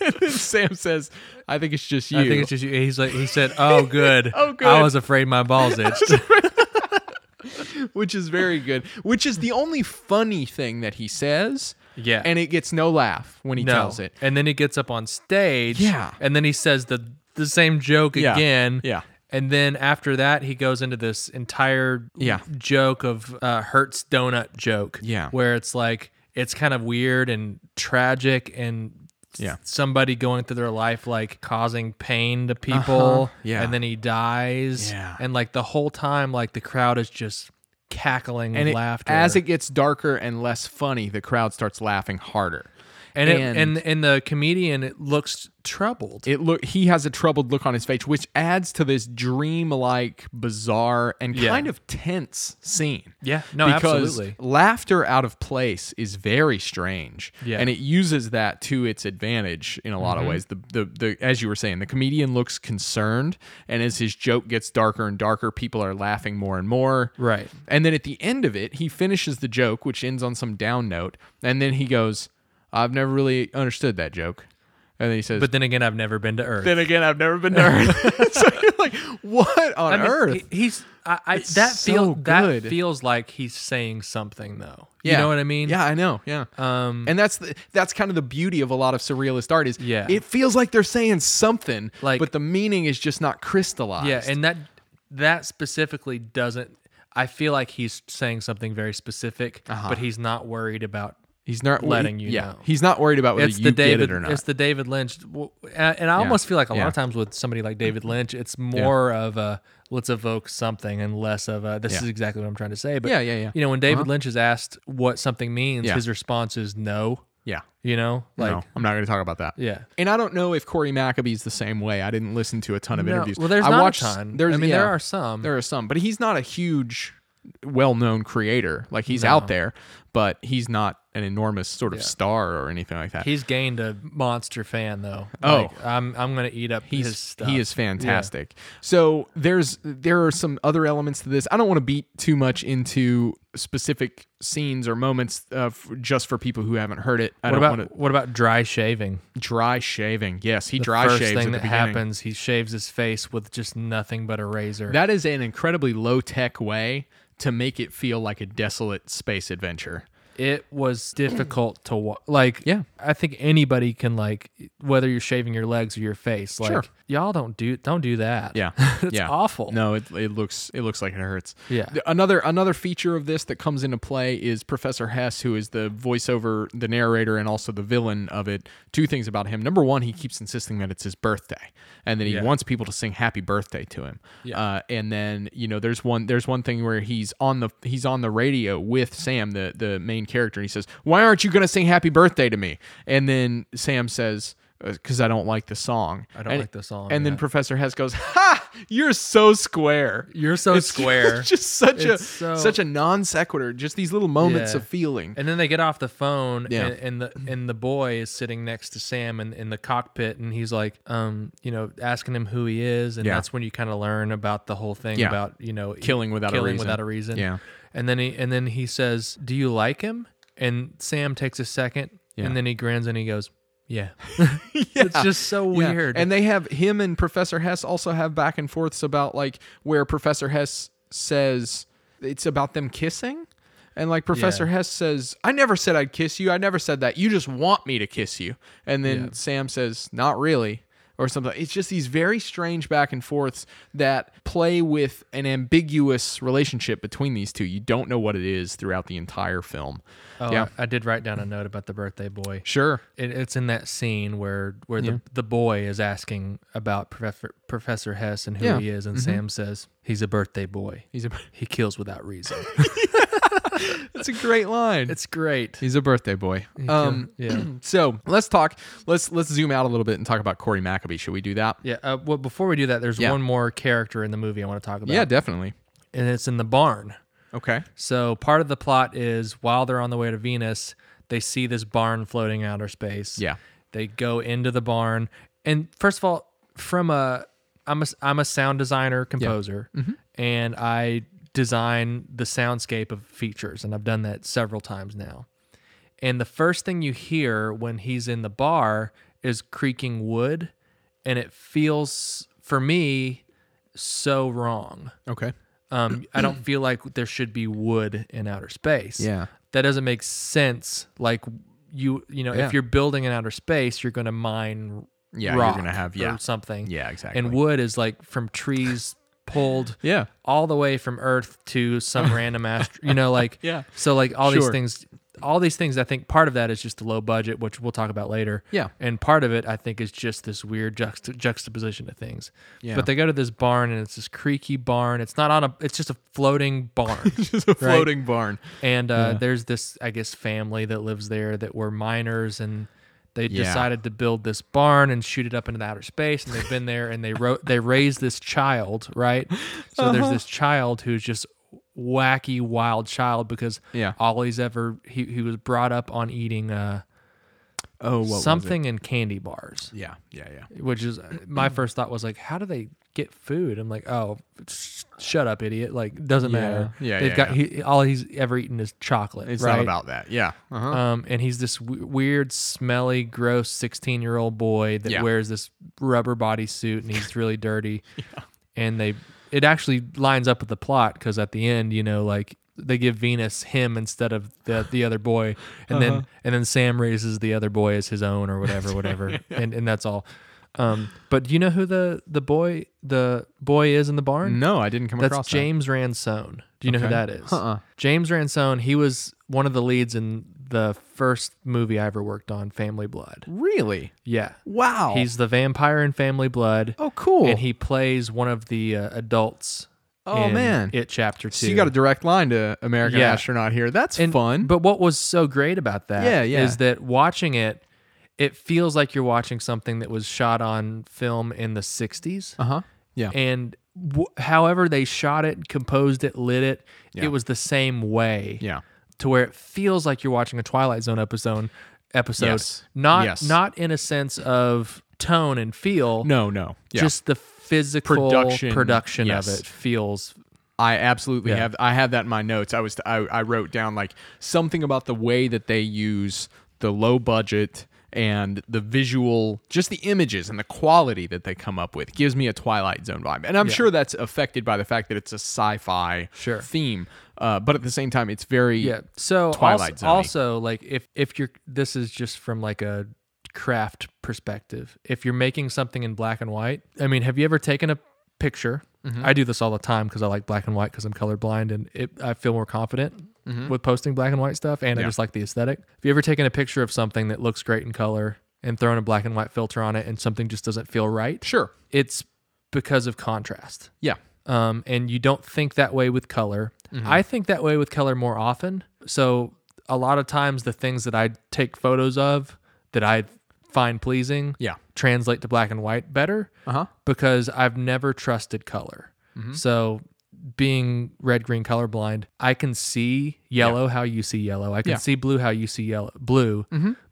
and then Sam says, "I think it's just you."
I think it's just you. He's like he said, "Oh, good.
Oh, good.
I was afraid my balls itched.
which is very good. Which is the only funny thing that he says.
Yeah.
and it gets no laugh when he
no.
tells it.
And then he gets up on stage.
Yeah.
And then he says the the same joke
Yeah.
again.
Yeah.
And then after that, he goes into this entire
Yeah.
joke of uh, Hertz donut joke.
Yeah.
Where it's like it's kind of weird and tragic and
Yeah.
somebody going through their life like causing pain to people
Uh-huh. Yeah.
and then he dies
Yeah.
and like the whole time like the crowd is just cackling
And
with
it-
laughter
as it gets darker and less funny, the crowd starts laughing harder.
and it,
and-
and, and the comedian it looks troubled
it look he has a troubled look on his face which adds to this dream-like bizarre and
Yeah.
kind of tense scene
Yeah. No,
because
absolutely.
laughter out of place is very strange
Yeah. Mm-hmm.
and it uses that to its advantage in a lot of ways the, the the as you were saying the comedian looks concerned and as his joke gets darker and darker people are laughing more and more
Right.
and then at the end of it, he finishes the joke, which ends on some down note, and then he goes, "I've never really understood that joke." And then he says,
But then again, I've never been to Earth.
then again, I've never been to Earth. so you're like, what on
I mean,
Earth?
he- he's I, I that
so
feel that
good.
feels like he's saying something though. You know what I mean?
Yeah, I know. Yeah.
Um,
and that's the, that's kind of the beauty of a lot of surrealist art is
Yeah.
it feels like they're saying something,
Like-
but the meaning is just not crystallized.
yeah, and that that specifically doesn't. I feel like he's saying something very specific,
Uh-huh.
but he's not worried about.
he's not
letting you
Yeah,
know.
he's not worried about whether
It's
you
the
get
David.
it or not.
It's the David Lynch, w- and and I almost feel like a lot
Yeah.
of times with somebody like David Lynch, it's more of a let's evoke something and less of a this
Yeah.
is exactly what I'm trying to say. But
Yeah, yeah, yeah. Uh-huh.
You know, when David Lynch is asked what something means,
Yeah.
his response is no.
yeah,
You know, like
like I'm not going to talk about that.
yeah.
And I don't know if Corey Maccabee's the same way. I didn't listen to a ton of
No,
interviews.
well, there's
I
not a
watched,
ton. I mean, there are some.
There are some, but he's not a huge, well-known creator. Like he's out there, but he's not an enormous sort of star or anything like that.
He's gained a monster fan though.
Oh.
Like, I'm I'm gonna eat up
He's
his stuff.
he is fantastic. So there's there are some other elements to this. I don't want to beat too much into specific scenes or moments uh, f- just for people who haven't heard it. I
What
don't
about
want
what about dry shaving?
to dry shaving. Yes, he
The
dry
first
shaves
thing
at the
that
beginning.
happens, he shaves his face with just nothing but a razor.
That is an incredibly low tech way to make it feel like a desolate space adventure.
it was difficult to wa- like.
Yeah.
I think anybody can like whether you're shaving your legs or your face. Like
Sure.
y'all don't do don't do that. it's
yeah.
awful.
No, it, it looks it looks like it hurts.
Yeah.
The- Another another feature of this that comes into play is Professor Hess, who is the voiceover, the narrator, and also the villain of it. Two things about him. Number one, he keeps insisting that it's his birthday, and that he
Yeah.
wants people to sing Happy Birthday to him.
Yeah.
Uh, and then you know, there's one there's one thing where he's on the he's on the radio with Sam, the the main character, and he says, "Why aren't you going to sing Happy Birthday to me?" And then Sam says. Because I don't like the song. I
don't like the song,
And then
yeah.
Professor Hess goes, "Ha! You're so square.
You're so
It's
square.
just such a
It's so-
such a non sequitur. Just these little moments
Yeah.
of feeling.
And then they get off the phone,
Yeah.
and, and the and the boy is sitting next to Sam in, in the cockpit, and he's like, um, you know, asking him who he is, and
Yeah.
that's when you kind of learn about the whole thing
Yeah.
about you know
Killing without a
killing
reason.
without a reason.
Yeah.
And then he and then he says, "Do you like him?" And Sam takes a second,
Yeah.
and then he grins and he goes, "Yeah." It's just so
Yeah.
weird.
And they have him and Professor Hess also have back and forths about like where Professor Hess says it's about them kissing. And like Professor Hess says, I never said I'd kiss you. I never said that. You just want me to kiss you. And then Sam says, Not really. Or something. It's just these very strange back and forths that play with an ambiguous relationship between these two. You don't know what it is throughout the entire film.
oh,
yeah.
I, I did write down a note about the birthday boy.
Sure.
It, it's in that scene where where the, the boy is asking about Professor, Professor Hess and who
Yeah. Mm-hmm.
he is, and Sam says he's a birthday boy.
He's a,
He kills without reason.
that's a great line.
it's great.
He's a birthday boy. Um,
yeah.
So let's talk. Let's let's zoom out a little bit and talk about Corey Maccabee. Should we do that?
Yeah. Uh, well, before we do that, there's
Yeah.
one more character in the movie I want to talk about.
Yeah, definitely.
and it's in the barn.
Okay.
So part of the plot is while they're on the way to Venus, they see this barn floating in outer space.
Yeah.
They go into the barn, and first of all, from a I'm a I'm a sound designer composer, and I design the soundscape of features, and I've done that several times now. And the first thing you hear when he's in the bar is creaking wood, and it feels for me so wrong.
Okay.
Um, I don't feel like there should be wood in outer space.
Yeah.
that doesn't make sense. Like you, you know,
Yeah.
if you're building in outer space, you're going to mine
Yeah, you're
rock
gonna have-
or
yeah.
something.
Yeah, exactly.
And wood is like from trees pulled
Yeah.
all the way from Earth to some random ast you know, like
Yeah.
So like all these
Sure.
things, all these things. I think part of that is just the low budget, which we'll talk about later.
Yeah.
and part of it I think is just this weird juxt- juxtaposition of things.
Yeah.
But they go to this barn and it's this creaky barn. It's not on a. It's just a floating barn.
It's a floating barn.
and uh, there's this I guess family that lives there that were miners and. They
Yeah.
decided to build this barn and shoot it up into the outer space, and they've been there and they wrote they raised this child, right? So there's
Uh-huh.
this child who's just wacky, wild child because
Yeah.
all he's ever he, he was brought up on eating uh,
Oh, what was it?
something in candy bars, uh,
Yeah. Yeah. Yeah.
which is my first thought was like, how do they get food. I'm like, oh, sh- shut up, idiot. Like, doesn't
Yeah.
matter.
Yeah,
They've
yeah,
got
yeah.
He, all he's ever eaten is chocolate.
It's
right?
not about that. Yeah. Uh-huh.
Um, and he's this w- weird, smelly, gross 16 year old boy that
Yeah.
wears this rubber bodysuit and he's really dirty. And they, it actually lines up with the plot because at the end, you know, like they give Venus him instead of the, the other boy. And
Uh-huh.
then, and then Sam raises the other boy as his own or whatever, whatever. And, and that's all. Um, but do you know who the, the boy, the boy is in the barn?
No, I didn't come across
That's
that.
James Ransone. Do you know who
Okay.
that is?
Uh-uh.
James Ransone. He was one of the leads in the first movie I ever worked on, Family Blood.
Really?
Yeah,
Wow.
he's the vampire in Family Blood.
oh cool.
and he plays one of the uh, adults.
Oh,
in
man.
it chapter two.
so you got a direct line to American
Yeah.
astronaut here. That's
And-
fun.
But what was so great about that
Yeah, yeah.
is that watching it, it feels like you're watching something that was shot on film in the '60s.
uh huh. Yeah.
and w- however they shot it, composed it, lit it,
Yeah.
it was the same way.
yeah.
To where it feels like you're watching a Twilight Zone episode. Episode.
Yes.
Not
Yes.
not in a sense of tone and feel.
No, no. Yeah.
Just the physical
Production,
production,
yes.
of it feels.
I absolutely
Yeah.
have. I have that in my notes. I was I, I wrote down like something about the way that they use the low budget and the visual, just the images and the quality that they come up with gives me a Twilight Zone vibe. And I'm sure that's affected by the fact that it's a sci-fi
Sure.
theme, uh, but at the same time, it's very
Yeah. So
Twilight
also,
Zone-y.
also like if if you're this is just from like a craft perspective. If you're making something in black and white, I mean, have you ever taken a picture?
Mm-hmm.
I do this all the time because I like black and white because I'm colorblind and it, I feel more confident
Mm-hmm.
with posting black and white stuff and I just like the aesthetic. Have you ever taken a picture of something that looks great in color and thrown a black and white filter on it and something just doesn't feel right?
sure.
It's because of contrast
Yeah.
um, and you don't think that way with color.
Mm-hmm.
I think that way with color more often. So a lot of times, the things that I take photos of that I find pleasing,
Yeah.
translate to black and white better
Uh-huh.
because I've never trusted color.
Mm-hmm.
So being red green colorblind, I can see yellow how you see yellow. I can
Yeah. Mm-hmm.
see blue how you see yellow blue,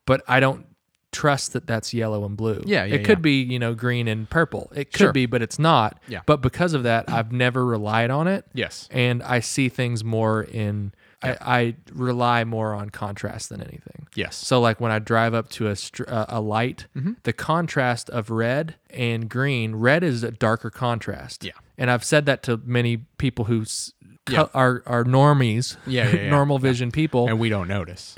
but I don't trust that that's yellow and blue.
Yeah, yeah,
it
yeah.
could be you know green and purple. It could
Sure.
be, but it's not.
Yeah.
But because of that, I've never relied on it.
Yes.
and I see things more in. I, I rely more on contrast than anything.
Yes. Mm-hmm.
So like when I drive up to a str- uh, a light, the contrast of red and green, red is a darker contrast.
Yeah.
And I've said that to many people who s- co-
Yeah.
are are normies,
Yeah, yeah, yeah.
normal vision people,
and
and,
we don't notice.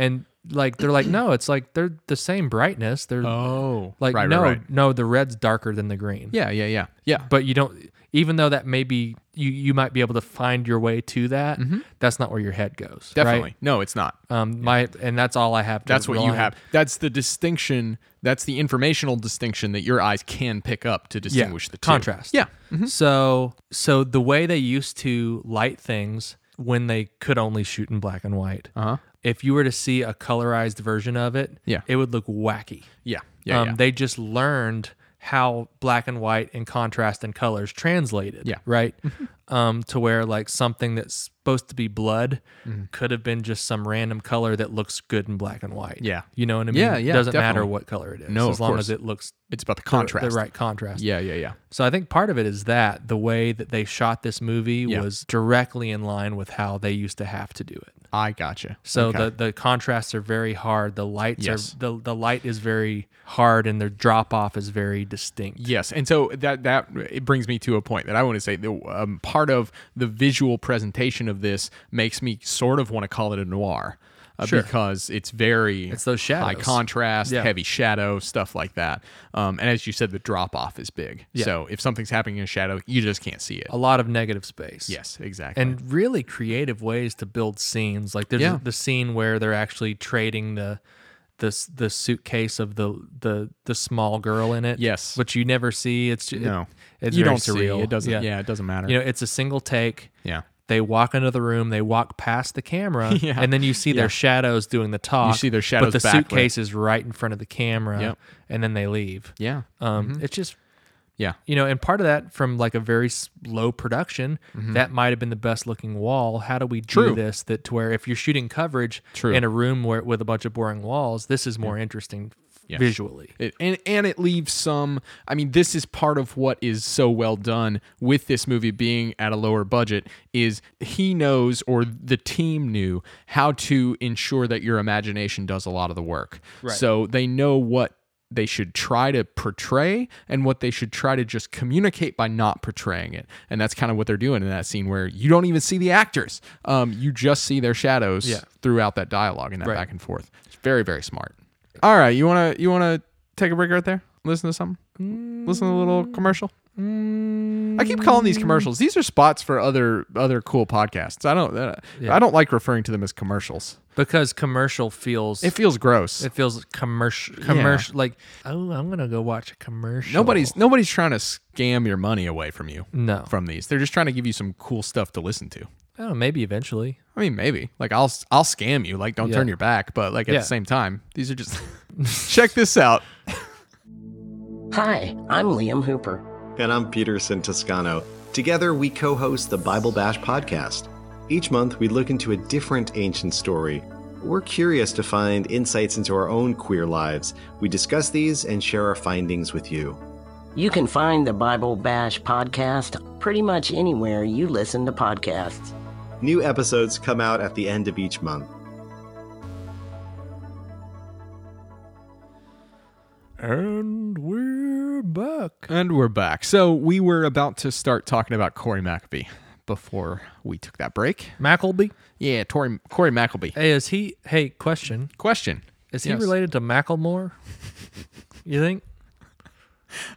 like they're like, no, it's like they're the same brightness. They're
oh,
like,
right,
no,
right, right.
no, the red's darker than the green.
Yeah, yeah, yeah, yeah.
But you don't, even though that may be you, you might be able to find your way to that. That's not where your head goes. right?
Mm-hmm. Definitely. No, it's not.
Um, my and that's all I have. To
That's what you
rely on.
have. That's the distinction. That's the informational distinction that your eyes can pick up to distinguish the two.
contrast.
Yeah. Mm-hmm.
So so the way they used to light things when they could only shoot in black and white.
Uh-huh.
If you were to see a colorized version of it,
Yeah.
it would look wacky.
Yeah. Yeah.
um,
yeah.
They just learned how black and white and contrast and colors translated.
Yeah.
Right. um, to where like something that's supposed to be blood
Mm-hmm.
could have been just some random color that looks good in black and white.
Yeah.
You know what I mean?
Yeah, yeah,
Doesn't matter
definitely.
what color it is.
No,
As
of
long
course.
as it looks
it's about the
the-
contrast.
the right contrast.
Yeah. Yeah. Yeah.
So I think part of it is that the way that they shot this movie was directly in line with how they used to have to do it.
I gotcha.
So
Okay.
the the contrasts are very hard. The lights
Yes.
are the the light is very hard, and their drop off is very distinct.
Yes, and so that that it brings me to a point that I want to say. The, um, part of the visual presentation of this makes me sort of want to call it a noir, uh,
Sure.
because it's very
It's those
high
shadows.
contrast,
Yeah.
heavy shadow stuff like that. Um, and as you said, the drop off is big. So if something's happening in shadow, you just can't see it.
A lot of negative space.
Yes, exactly.
And really creative ways to build scenes. Like there's
Yeah.
the scene where they're actually trading the the s- the suitcase of the the the small girl in it.
Yes.
which you never see. It's ju- it-
no,
it's
you
very
don't
surreal.
see it. Doesn't. Yeah. it doesn't matter.
you know it's a single take
yeah.
they walk into the room they walk past the camera
Yeah.
and then you see their shadows doing the talk
see their shadows
but the
backlit.
suitcase is right in front of the camera
Yep.
and then they leave
Yeah. Mm-hmm.
um, it's just
Yeah.
you know and part of that from like a very s- low production that might have been the best looking wall how do we do
Mm-hmm. True.
this that to where if you're shooting coverage
True.
in a room where with a bunch of boring walls this is more interesting f-
Yes.
visually.
It, and and it leaves some. I mean, this is part of what is so well done with this movie being at a lower budget is he knows or the team knew how to ensure that your imagination does a lot of the work. So they know what they should try to portray and what they should try to just communicate by not portraying it. And that's kind of what they're doing in that scene where you don't even see the actors. Um, you just see their shadows
Yeah.
throughout that dialogue and that
Right.
back and forth. It's very, very smart. All right, you wanna you wanna take a break right there? Listen to something. Listen to a little
Mm.
commercial. I keep calling these commercials. These are spots for other other cool podcasts. I don't uh, I don't like referring to them as commercials.
Because commercial feels
It feels gross.
it feels commercial commercial like oh I'm gonna go watch a commercial.
Nobody's nobody's trying to scam your money away from you.
no.
from these. They're just trying to give you some cool stuff to listen to.
oh maybe eventually.
I mean, maybe like I'll I'll scam you, like don't
Yeah.
turn your back, but like at
Yeah.
the same time, these are just check this out.
Hi, I'm Liam Hooper.
And I'm Peterson Toscano. Together, we co host the Bible Bash podcast. Each month, we look into a different ancient story. We're curious to find insights into our own queer lives. We discuss these and share our findings with you.
You can find the Bible Bash podcast pretty much anywhere you listen to podcasts.
New episodes come out at the end of each month.
And we're back.
And we're back. So we were about to start talking about Corey McAbee before we took that break.
Mackleby?
Yeah, Tori, Corey McAbee.
Hey, is he hey, question.
Question.
Is
Yes.
he related to Macklemore? you think?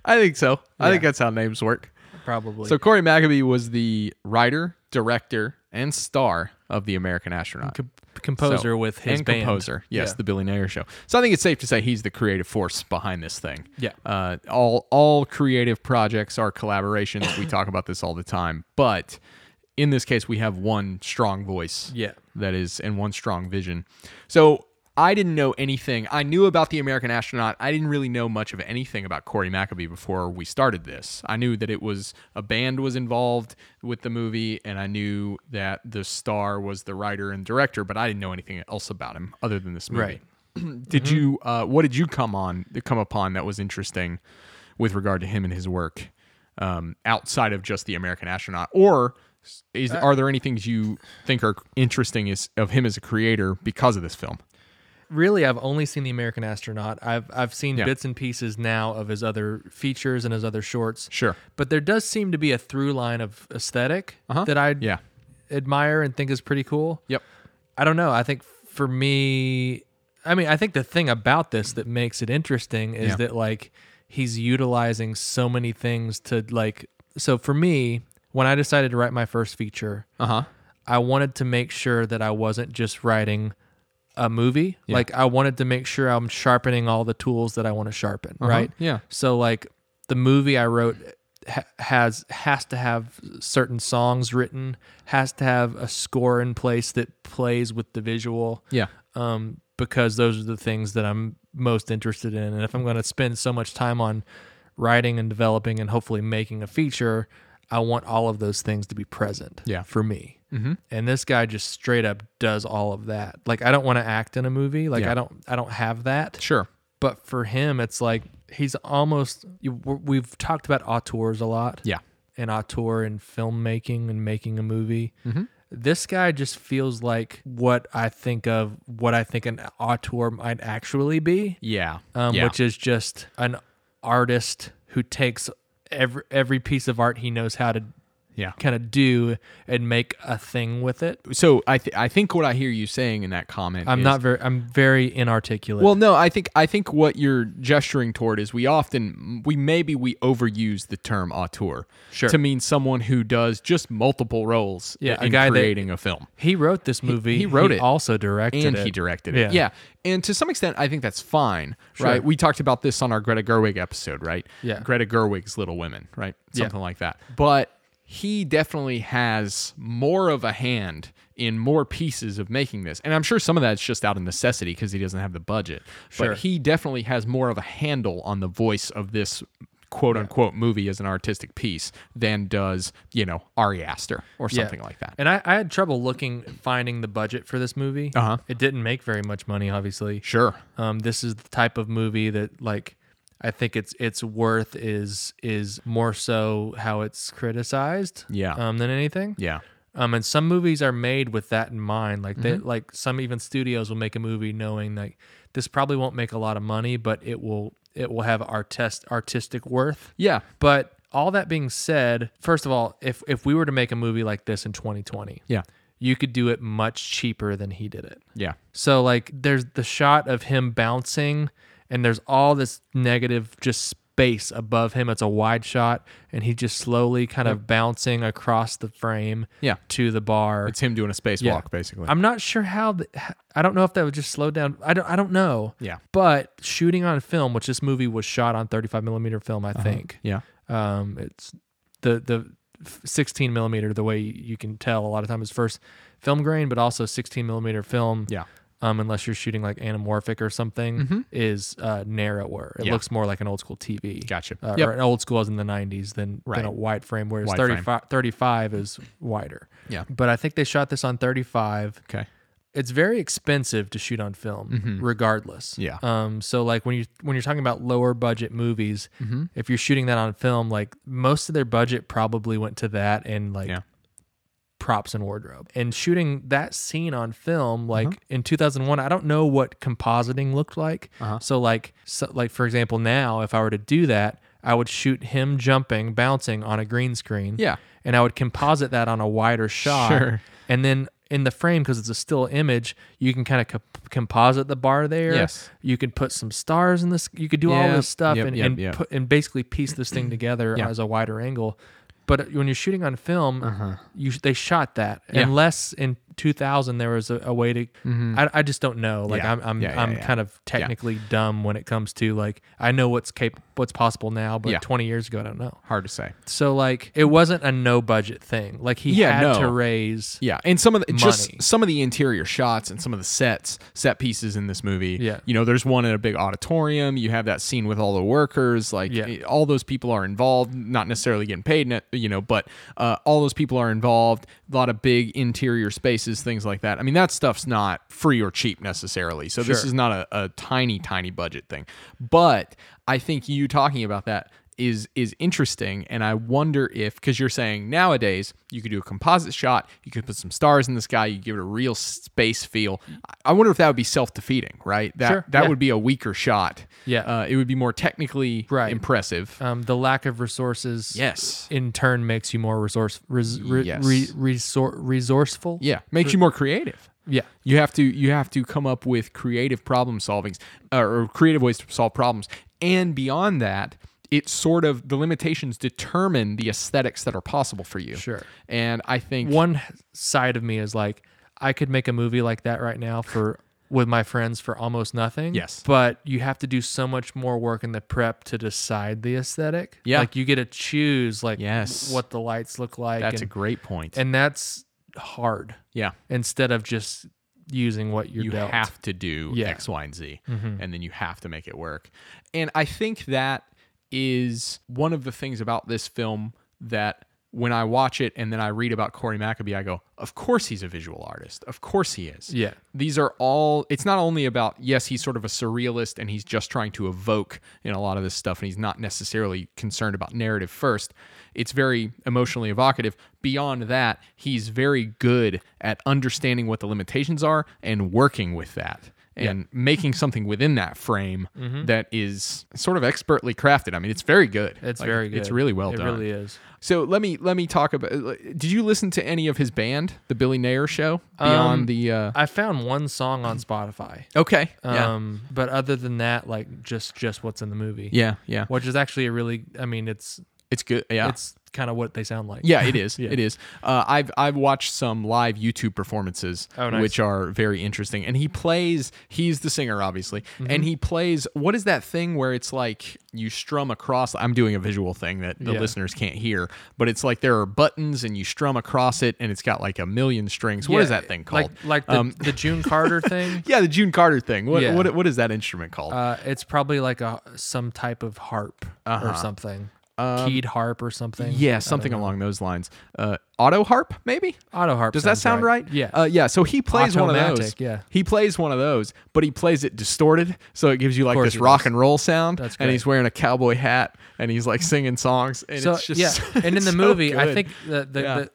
I think so. I think
Yeah.
that's how names work.
Probably.
So Corey McAbee was the writer, director, and star of The American Astronaut.
Com- composer
So-
with his
and
band.
composer. Yes,
Yeah.
the Billy Nair show. So I think it's safe to say he's the creative force behind this thing.
Yeah.
Uh, all all creative projects are collaborations. we talk about this all the time, but in this case, we have one strong voice.
Yeah.
That is, and one strong vision. So. I didn't know anything. I knew about the American astronaut. I didn't really know much of anything about Corey McAbee before we started this. I knew that it was a band was involved with the movie, and I knew that the star was the writer and director, but I didn't know anything else about him other than this movie
Right.
did you uh, what did you come on come upon that was interesting with regard to him and his work um, outside of just the American astronaut or is, are there any things you think are interesting is of him as a creator because of this film
really I've only seen the American astronaut. I've I've seen
Yeah.
bits and pieces now of his other features and his other shorts.
Sure.
But there does seem to be a through line of aesthetic that I
yeah
admire and think is pretty cool.
yep
I don't know. I think for me, I mean, I think the thing about this that makes it interesting is
Yeah.
that like he's utilizing so many things to like. So for me, when I decided to write my first feature,
uh-huh
I wanted to make sure that I wasn't just writing a movie. Like I wanted to make sure I'm sharpening all the tools that I want to sharpen. Right.
Uh-huh. yeah.
So like the movie I wrote ha- has has to have certain songs written, has to have a score in place that plays with the visual.
yeah
Um, because those are the things that I'm most interested in, and if I'm going to spend so much time on writing and developing and hopefully making a feature, I want all of those things to be present.
Yeah.
For me. Mm-hmm. And this guy just straight up does all of that. Like I don't want to act in a movie. Like
Yeah.
I don't. I don't have that
sure
but for him it's like he's almost you- we've talked about auteurs a lot
yeah
an auteur in filmmaking and making a movie
Mm-hmm.
this guy just feels like what i think of what i think an auteur might actually be
yeah,
um,
yeah.
which is just an artist who takes every every piece of art he knows how to
yeah
kind of do and make a thing with it
so I, th- I think what i hear you saying in that comment
i'm
is-
not very i'm very inarticulate
Well, no, I think I think what you're gesturing toward is we often we maybe we overuse the term auteur
Sure.
to mean someone who does just multiple roles
Yeah, a
in
guy that-
creating a film.
he wrote this movie
he wrote it.
also directed
And
it
he directed it. Yeah. And to some extent, I think that's fine,
Sure.
right? We talked about this on our Greta Gerwig episode, right?
Yeah.
Greta Gerwig's Little Women, right? Something like that. But he definitely has more of a hand in more pieces of making this. And I'm sure some of that's just out of necessity because he doesn't have the budget.
Sure.
But he definitely has more of a handle on the voice of this quote unquote movie as an artistic piece than does, you know, Ari Aster or
Yeah.
something like that.
And I, I had trouble looking finding the budget for this movie.
Uh-huh.
It didn't make very much money, obviously.
Sure.
Um, this is the type of movie that like I think its its worth is is more so how it's criticized.
Yeah.
Um, than anything.
Yeah.
Um, and some movies are made with that in mind. Like they
Mm-hmm.
like some even studios will make a movie knowing like this probably won't make a lot of money, but it will it will have artist artistic worth.
Yeah.
But all that being said, first of all, if if we were to make a movie like this in 2020,
Yeah.
you could do it much cheaper than he did it.
Yeah.
So like there's the shot of him bouncing and there's all this negative just space above him. It's a wide shot and he just slowly kind of bouncing across the frame
Yeah.
to the bar.
It's him doing a spacewalk,
Yeah.
basically.
I'm not sure how the, I don't know if that would just slow down. I don't I don't know.
Yeah.
But shooting on film, which this movie was shot on 35 millimeter film,
Uh-huh.
I think
yeah.
um, it's the the 16 millimeter the way you can tell a lot of times first film grain but also 16 millimeter film
Yeah. Mm-hmm.
um, unless you're shooting like anamorphic or something is uh, narrower it
Yeah.
looks more like an old school tv
Gotcha.
uh,
Yep.
or an old school as in the 90s than,
Right.
than a wide frame whereas
Wide
35, 35 is wider
Yeah.
but i think they shot this on 35
Okay.
it's very expensive to shoot on film regardless
Yeah.
um so like when you when you're talking about lower budget movies if you're shooting that on film like most of their budget probably went to that and like
Yeah.
props and wardrobe and shooting that scene on film
Uh-huh.
like in 2001 i don't know what compositing looked like
Uh-huh.
so like so, like for example now if i were to do that i would shoot him jumping bouncing on a green screen
Yeah.
and I would composite that on a wider shot.
Sure.
And then in the frame, because it's a still image, you can kind of co- composite the bar there.
Yes.
You could put some stars in this. You could do all
Yeah.
this stuff
Yep,
and,
yep,
and,
yep.
Put, and basically piece this thing together
Yeah.
as a wider angle. But when you're shooting on film, you they shot that
Uh-huh. Yeah. Mm-hmm.
unless in 2000 there was a, a way to. I, I just don't know. Like
Yeah.
I'm I'm,
Yeah, yeah,
I'm
yeah.
kind of technically dumb when it comes to like I know what's cap- what's possible now, but
Yeah.
20 years ago I don't know.
Hard to say.
So like it wasn't a no budget thing. Like he
Yeah,
had
no.
to raise
Yeah, and some of the,
Money.
just some of the interior shots and some of the sets, set pieces in this movie.
Yeah.
you know, there's one in a big auditorium. You have that scene with all the workers. Like,
Yeah.
eh, all those people are involved, not necessarily getting paid, ne- you know, but uh, all those people are involved. A lot of big interior spaces, things like that. I mean, that stuff's not free or cheap necessarily. So this
Sure.
is not a, a tiny, tiny budget thing. But I think you talking about that is is interesting and i wonder if because you're saying nowadays you could do a composite shot you could put some stars in the sky you give it a real space feel i wonder if that would be self-defeating right that
Sure,
that
yeah.
would be a weaker shot
Yeah.
uh, it would be more technically
Right.
impressive
um, the lack of resources.
yes
In turn, makes you more resource res, re,
Yes.
re, resor, resourceful.
yeah makes you more creative
Yeah.
you have to you have to come up with creative problem solvings uh, or creative ways to solve problems and beyond that it sort of the limitations determine the aesthetics that are possible for you
Sure.
and i think
One side of me is like, I could make a movie like that right now for with my friends for almost nothing.
Yes.
But you have to do so much more work in the prep to decide the aesthetic.
Yeah.
Like you get to choose like
Yes.
what the lights look like.
that's a
and-
great point
and that's hard
yeah
instead of just using what you're
you
dealt.
have to do
Yeah. Mm-hmm.
X, Y, and Z, and then you have to make it work. And I think that is one of the things about this film that when I watch it and then I read about Corey Maccabee, I go, of course he's a visual artist. Of course he is.
Yeah.
These are all, it's not only about, yes, he's sort of a surrealist and he's just trying to evoke in a lot of this stuff and he's not necessarily concerned about narrative first. It's very emotionally evocative. Beyond that, he's very good at understanding what the limitations are and working with that and making something within that frame
Mm-hmm.
that is sort of expertly crafted. I mean, it's very good.
It's
Like,
very good.
It's really well
it
done.
It really is.
So let me let me talk about. Did you listen to any of his band, the Billy Nair Show, beyond
Um,
the? Uh,
I found one song on Spotify.
okay.
Um, but other than that, like just just what's in the movie.
yeah. Yeah. Yeah.
Which is actually a really, I mean, it's
It's good. Yeah.
it's kind of what they sound like.
Yeah, it is. It is. Uh, I've I've watched some live YouTube performances,
Oh, nice.
which are very interesting. And he plays. He's the singer, obviously,
Mm-hmm.
and he plays. What is that thing where it's like you strum across? I'm doing a visual thing that the
Yeah.
listeners can't hear, but it's like there are buttons and you strum across it, and it's got like a million strings. What is
Yeah,
that thing called? Um,
Like, like the, the June Carter thing.
yeah, the June Carter thing. What
Yeah.
what what is that instrument called?
Uh, it's probably like a some type of harp
Uh-huh.
or something,
Um,
keyed harp or something.
yeah, something along those lines. Uh, auto harp, maybe.
auto harp.
Does that sound
sounds
right?
Yeah.
Uh, yeah. So he plays one of those.
Automatic, yeah.
He plays one of those, but he plays it distorted, so it gives you like
course
this
he
rock
does.
and roll sound.
That's
And
great.
he's wearing a cowboy hat, and he's like singing songs, and
so
it's just
yeah, and in
it's
the
so
movie, I
good.
think the the,
Yeah.
the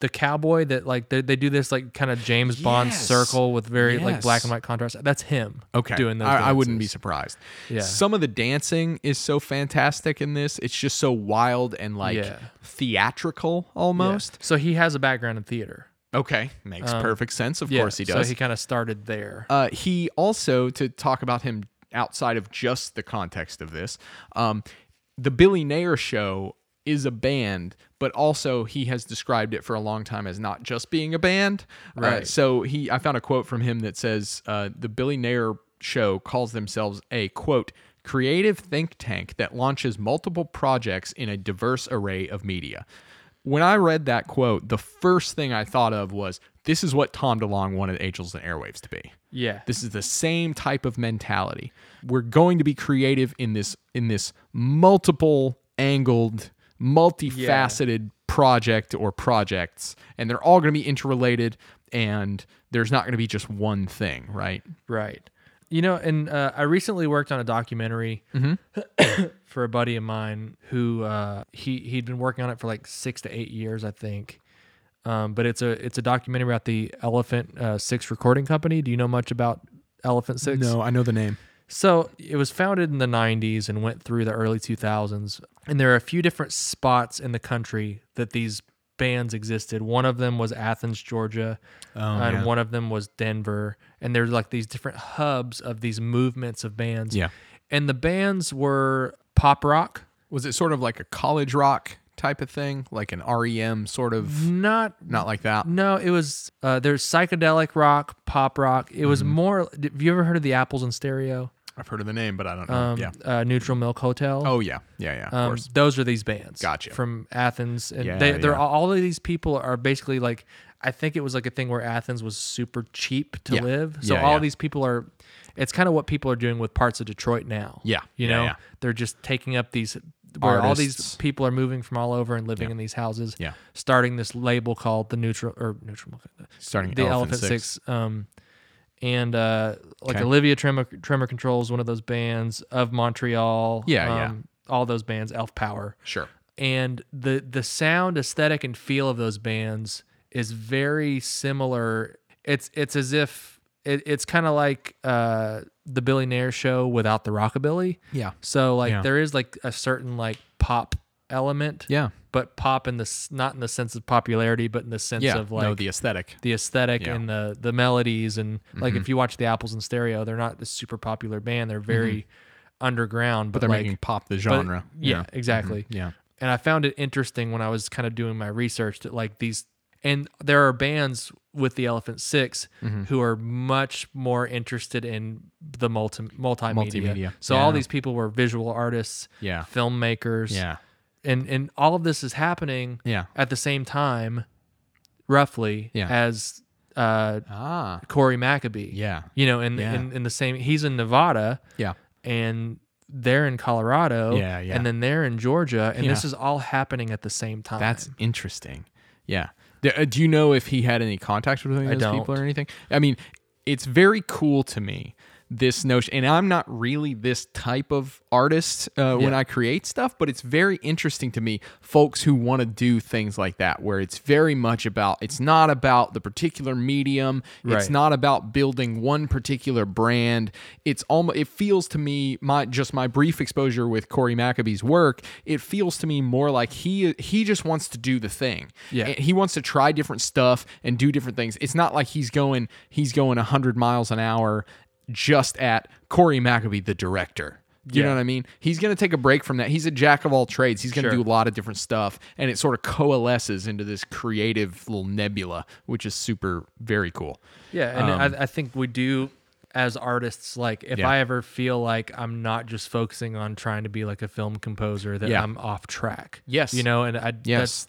the cowboy that like they, they do this like kind of James Bond
Yes.
circle with very like black
Yes.
and white contrast. That's him.
okay
doing those.
I, I wouldn't be
dances.
surprised.
Yeah.
Some of the dancing is so fantastic in this; it's just so wild and like
Yeah.
theatrical
Yeah.
almost.
So he has a background in theater.
Okay, makes perfect sense. Of
Um, Yeah,
course he does.
So he kind of started there.
Uh, he also to talk about him outside of just the context of this. Um, the Billy Nair show is a band, but also he has described it for a long time as not just being a band. Uh,
Right.
so he, I found a quote from him that says uh, the Billy Nair show calls themselves a quote creative think tank that launches multiple projects in a diverse array of media. When I read that quote, the first thing I thought of was this is what Tom DeLong wanted Angels and Airwaves to be.
yeah.
This is the same type of mentality. We're going to be creative in this in this multiple angled, multifaceted project or projects, and they're all going to be interrelated. And there's not going to be just one thing, right?
Right. You know, and uh, I recently worked on a documentary for a buddy of mine who uh, he he'd been working on it for like six to eight years, I think. Um, but it's a it's a documentary about the Elephant uh, Six Recording Company. Do you know much about Elephant Six?
I know the name.
So it was founded in the 90s and went through the early 2000s. And there are a few different spots in the country that these bands existed. One of them was Athens, Georgia,
Oh,
and one of them was Denver. And there's like these different hubs of these movements of bands.
Yeah.
And the bands were pop rock.
Was it sort of like a college rock type of thing, like an REM sort of?
Not
Not like that.
No, it was uh, there's psychedelic rock, pop rock. It
Mm-hmm.
was more. Have you ever heard of the Apples in Stereo?
I've heard of the name, but I don't know.
Um,
yeah.
uh, Neutral Milk Hotel.
Oh yeah, yeah, yeah. Of
Um,
course.
those are these bands.
Gotcha.
From Athens, and
Yeah,
they, they're
yeah.
all of these people are basically like, I think it was like a thing where Athens was super cheap to
Yeah.
live, so
Yeah,
all
yeah.
these people are. It's kind of what people are doing with parts of Detroit now.
Yeah,
you
yeah,
know,
yeah.
they're just taking up these where all
Artists.
these people are moving from all over and living in these houses.
Yeah.
starting this label called the Neutral or Neutral,
Starting
the
Elephant
Elephant,
Six.
Six. Um, and uh, like
Okay.
Olivia Tremor, Tremor Control is one of those bands of Montreal.
Yeah, yeah.
yeah. All those bands, Elf Power,
Sure.
and the the sound, aesthetic, and feel of those bands is very similar. It's it's as if it, it's kind of like uh, the Billy Nair show without the rockabilly.
Yeah.
So like
Yeah.
there is like a certain like pop element.
Yeah.
But pop in the s- not in the sense of popularity, but in the sense
Yeah.
of like
no, the aesthetic.
the aesthetic
Yeah.
and
Mm-hmm.
the the melodies and like if you watch the apples in stereo they're not a super popular band they're very underground but,
They're
like,
making pop the
but-
genre.
yeah, exactly
Yeah.
and i found it interesting when i was kind of doing my research that like these and there are bands with the elephant 6
Mm-hmm.
who are much more interested in the multi multimedia,
Multimedia,
so all
yeah.
these people were visual artists
Yeah.
filmmakers
Yeah.
and and all of this is happening
Yeah.
at the same time roughly
Yeah.
as uh
Ah.
Corey Maccabee.
Yeah.
You know, and
Yeah.
in, in the same, he's in Nevada
Yeah.
and they're in Colorado.
Yeah, yeah.
And then they're in Georgia. And this
Yeah.
is all happening at the same time.
That's interesting. Yeah. D- uh, Do you know if he had any contact with any
I
of those people
don't.
or anything? I mean, it's very cool to me this notion and i'm not really this type of artist uh, when
Yeah.
i create stuff but it's very interesting to me folks who want to do things like that where it's very much about it's not about the particular medium it's
Right.
not about building one particular brand it's almost it feels to me my just my brief exposure with corey maccabee's work it feels to me more like he he just wants to do the thing
Yeah.
And he wants to try different stuff and do different things it's not like he's going he's going 100 miles an hour just at corey maccabee the director You know
Yeah.
what I mean? He's going to take a break from that. He's a jack of all trades. He's going to
Sure.
do a lot of different stuff, and it sort of coalesces into this creative little nebula, which is super very cool.
Yeah, and I, I think we do as artists. Like, if
um, Yeah.
I ever feel like I'm not just focusing on trying to be like a film composer, that
Yeah.
I'm off track.
Yes.
you know, and I
Yes.
that's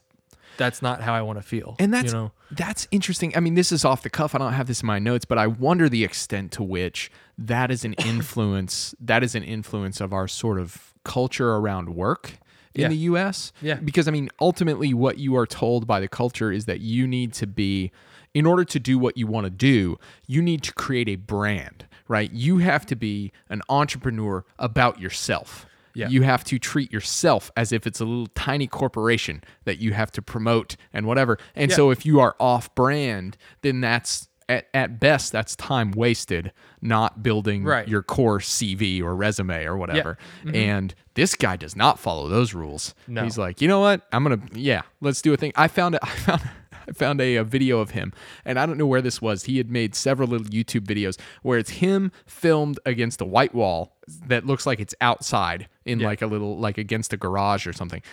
that's not how I want to feel.
And that's
you know,
that's interesting. I mean, this is off the cuff. I don't have this in my notes, but I wonder the extent to which that is an influence. that is an influence of our sort of culture around work in
Yeah.
the U.S.
Yeah.
because I mean, ultimately, what you are told by the culture is that you need to be, in order to do what you want to do, you need to create a brand, right? You have to be an entrepreneur about yourself.
Yeah.
You have to treat yourself as if it's a little tiny corporation that you have to promote and whatever. And so if you are off brand, then that's at, at best that's time wasted not building
Right.
your core CV or resume or whatever. And this guy does not follow those rules.
No.
He's like, "You know what? I'm going to yeah, let's do a thing." I found a, I found I found a, a video of him, and I don't know where this was. He had made several little YouTube videos where it's him filmed against a white wall that looks like it's outside in like a little like against a garage or something.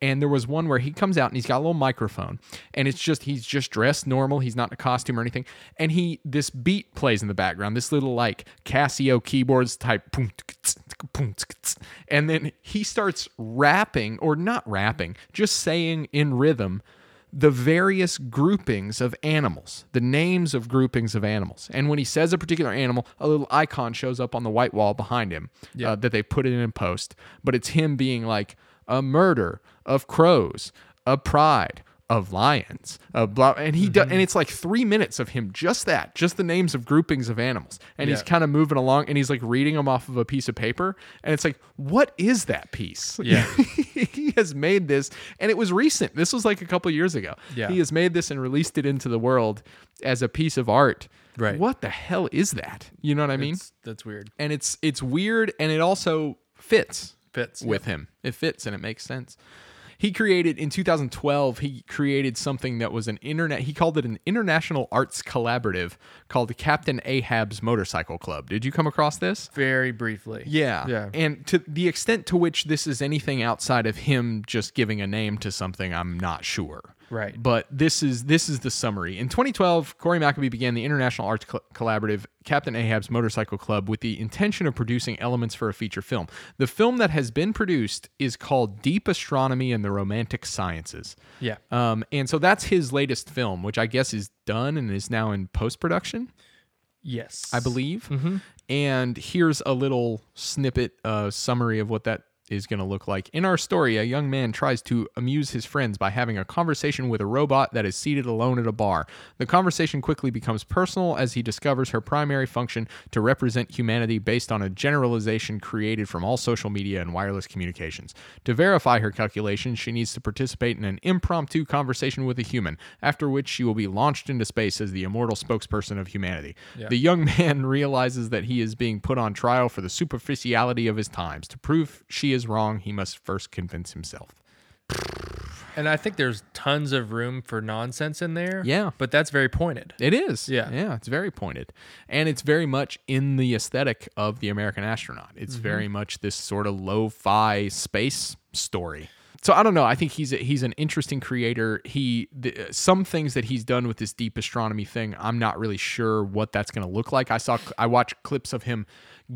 And there was one where he comes out and he's got a little microphone, and it's just he's just dressed normal. He's not in a costume or anything. And he this beat plays in the background, this little like Casio keyboards type, boom, tsk, tsk, tsk, boom, tsk, tsk. and then he starts rapping or not rapping, just saying in rhythm the various groupings of animals, the names of groupings of animals. And when he says a particular animal, a little icon shows up on the white wall behind him uh, that they put in in post. But it's him being like, a murder of crows, a pride of lions, a blah. And he
Mm-hmm.
does, and it's like three minutes of him just that, just the names of groupings of animals. And he's
Yeah.
kind of moving along and he's like reading them off of a piece of paper. And it's like, what is that piece?
Yeah.
he has made this and it was recent this was like a couple years ago
Yeah.
he has made this and released it into the world as a piece of art
Right.
what the hell is that you know what i mean
it's- that's weird.
and it's it's weird and it also fits
Fits
with him it fits and it makes sense he created in 2012 he created something that was an internet he called it an international arts collaborative called captain ahab's motorcycle club did you come across this
very briefly.
yeah.
yeah,
And to the extent to which this is anything outside of him just giving a name to something, I'm not sure.
Right.
But this is this is the summary. In 2012, Corey Maccabee began the International Arts Cl- Collaborative Captain Ahab's Motorcycle Club with the intention of producing elements for a feature film. The film that has been produced is called Deep Astronomy and the Romantic Sciences.
yeah.
Um, and so that's his latest film, which I guess is done and is now in post production.
yes,
I believe. And here's a little snippet uh, summary of what that is going to look like. In our story, a young man tries to amuse his friends by having a conversation with a robot that is seated alone at a bar. The conversation quickly becomes personal as he discovers her primary function to represent humanity based on a generalization created from all social media and wireless communications. To verify her calculations, she needs to participate in an impromptu conversation with a human, after which she will be launched into space as the immortal spokesperson of humanity. The young man realizes that he is being put on trial for the superficiality of his times. To prove she is wrong, he must first convince himself.
And I think there's tons of room for nonsense in there.
Yeah.
but that's very pointed.
It is.
Yeah.
Yeah. It's very pointed. And it's very much in the aesthetic of the American astronaut. It's
Mm-hmm.
very much this sort of lo fi space story. So I don't know. I think he's a, he's an interesting creator. He the, some things that he's done with this deep astronomy thing. I'm not really sure what that's going to look like. I saw I watched clips of him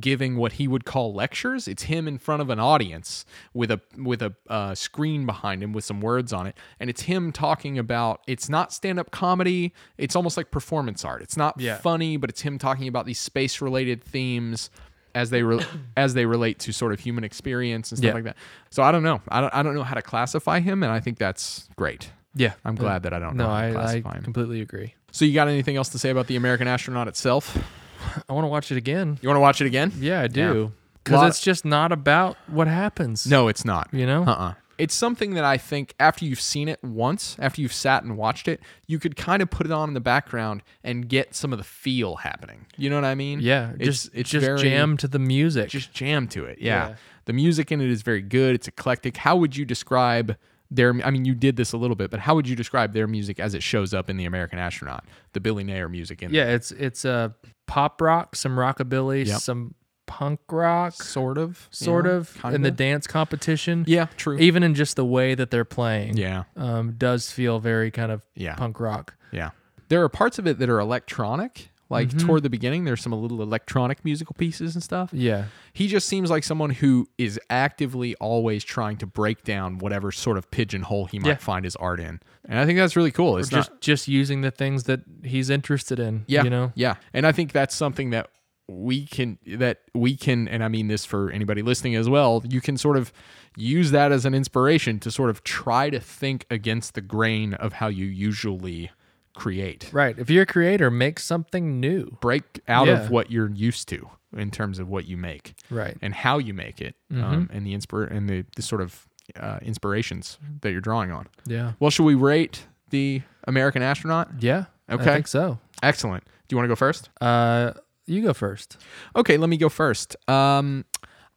giving what he would call lectures. It's him in front of an audience with a with a uh, screen behind him with some words on it, and it's him talking about. It's not stand up comedy. It's almost like performance art. It's not
Yeah.
funny, but it's him talking about these space related themes as they re- as they relate to sort of human experience and stuff
Yeah.
like that. So I don't know. I don't I don't know how to classify him, and I think that's great.
Yeah,
I'm glad that I don't
No,
know how to
I, I
classify him.
completely agree.
So you got anything else to say about the American astronaut itself?
I want to watch it again.
You want to watch it again?
Yeah, I do. Because
Lot-
it's just not about what happens.
No, it's not.
You know?
Uh-uh. It's something that I think after you've seen it once, after you've sat and watched it, you could kind of put it on in the background and get some of the feel happening. You know what I mean?
Yeah,
It's
just
it's
just
very,
jam to the music.
Just jam to it. Yeah.
Yeah.
The music in it is very good. It's eclectic. How would you describe their I mean you did this a little bit, but how would you describe their music as it shows up in the American Astronaut, the Billy Nair music in
yeah, it's it's uh, pop rock, some rockabilly,
Yep.
some punk rock,
sort of,
sort
yeah,
of, in
kinda.
the dance competition.
Yeah, true.
Even in just the way that they're playing.
Yeah.
Um, does feel very kind of
Yeah.
punk rock.
Yeah. There are parts of it that are electronic. Like toward the beginning, there's some little electronic musical pieces and stuff.
Mm-hmm. Yeah.
He just seems like someone who is actively always trying to break down whatever sort of pigeonhole he might
Yeah.
find his art in. And I think that's really cool. It's
just
not,
just using the things that he's interested in.
yeah,
You know?
yeah. And I think that's something that we can, that we can, and I mean this for anybody listening as well, you can sort of use that as an inspiration to sort of try to think against the grain of how you usually create.
Right. If you're a creator, make something new.
break out
Yeah.
of what you're used to in terms of what you make
Right. Mm-hmm.
and how you make it um, and the inspir- and the, the sort of uh, inspirations that you're drawing on
Yeah.
well should we rate the american astronaut
Yeah.
Okay.
I think so.
excellent do you want to go first
Uh, you go first.
okay let me go first um,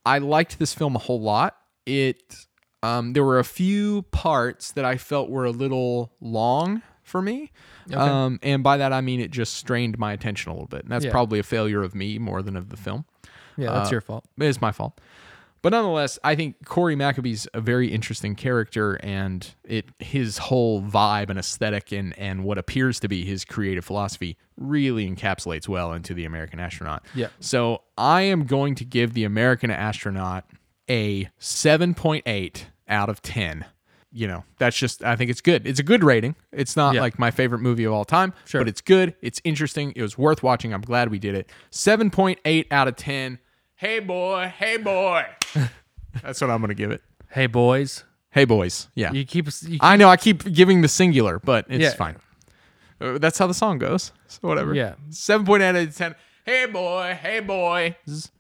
i liked this film a whole lot it um, there were a few parts that i felt were a little long for me um, and by that i mean it just strained my attention a little bit and that's
Yeah.
probably a failure of me more than of the film
Yeah, that's your fault.
It's my fault. But nonetheless, I think Corey Maccabee's a very interesting character, and it his whole vibe and aesthetic and, and what appears to be his creative philosophy really encapsulates well into the American astronaut.
Yeah.
So I am going to give the American astronaut a seven point eight out of ten. You know, that's just I think it's good. It's a good rating. It's not
Yeah.
like my favorite movie of all time,
Sure.
but it's good. It's interesting. It was worth watching. I'm glad we did it. 7.8 out of 10. Hey, boy. Hey, boy. That's what I'm going to give it.
Hey, boys.
Hey, boys. Yeah.
You keep. You keep
I know I keep giving the singular, but it's
Yeah.
fine. Uh, That's how the song goes. So, whatever.
Yeah.
7.8 out of 10. Hey, boy. Hey, boy.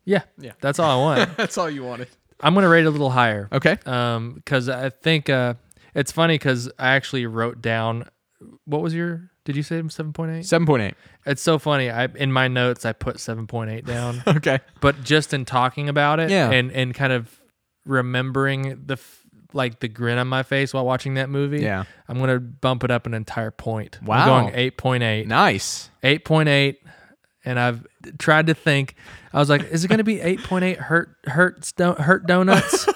yeah. Yeah. That's all I want.
That's all you wanted.
I'm gonna rate it a little higher.
Okay.
Um, because I think uh, it's funny because I actually wrote down what was your. Did you say seven point eight?
7.8.
It's so funny. I in my notes I put seven point eight down.
Okay.
but just in talking about it
Yeah.
and and kind of remembering the f- like the grin on my face while watching that movie
Yeah.
i'm gonna bump it up an entire point
Wow.
i'm going 8.8
Nice.
8.8 and i've tried to think i was like is it gonna be 8.8 hurt hurts do- hurt donuts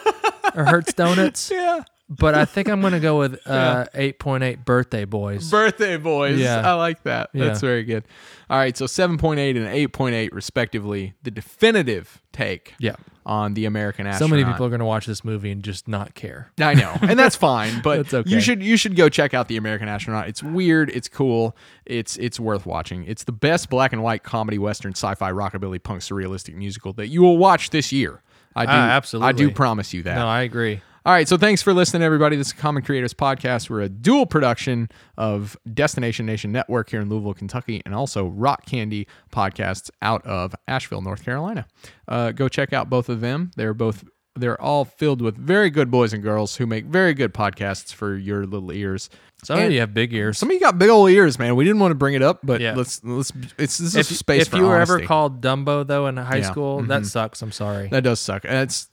or hurts donuts
Yeah.
but i think i'm gonna go with uh 8.8 birthday boys
Birthday boys.
Yeah.
I like that. That's
Yeah.
very good. All right. So 7.8 and 8.8, respectively, the definitive take
Yeah.
on the American
so
astronaut.
many people are gonna watch this movie and just not care
I know, and that's fine. But
That's okay.
you should you should go check out the American Astronaut. It's weird. It's cool. It's it's worth watching. It's the best black and white comedy western sci-fi rockabilly punk surrealistic musical that you will watch this year. I do
Ah,
I do
absolutely.
promise you that.
no i agree
All right, so thanks for listening, everybody. This is Common Creators Podcast. We're a dual production of Destination Nation Network here in Louisville, Kentucky, and also Rock Candy Podcasts out of Asheville, North Carolina. Uh, go check out both of them. They're both they're all filled with very good boys and girls who make very good podcasts for your little ears.
some of you have big ears
Some of you got big old ears, man. We didn't want to bring it up, but
Yeah.
let's let's it's this is
if,
a space
if
for
you were ever
honesty.
called Dumbo though in high
Yeah. Mm-hmm.
school, that sucks. I'm sorry.
That does suck. And it's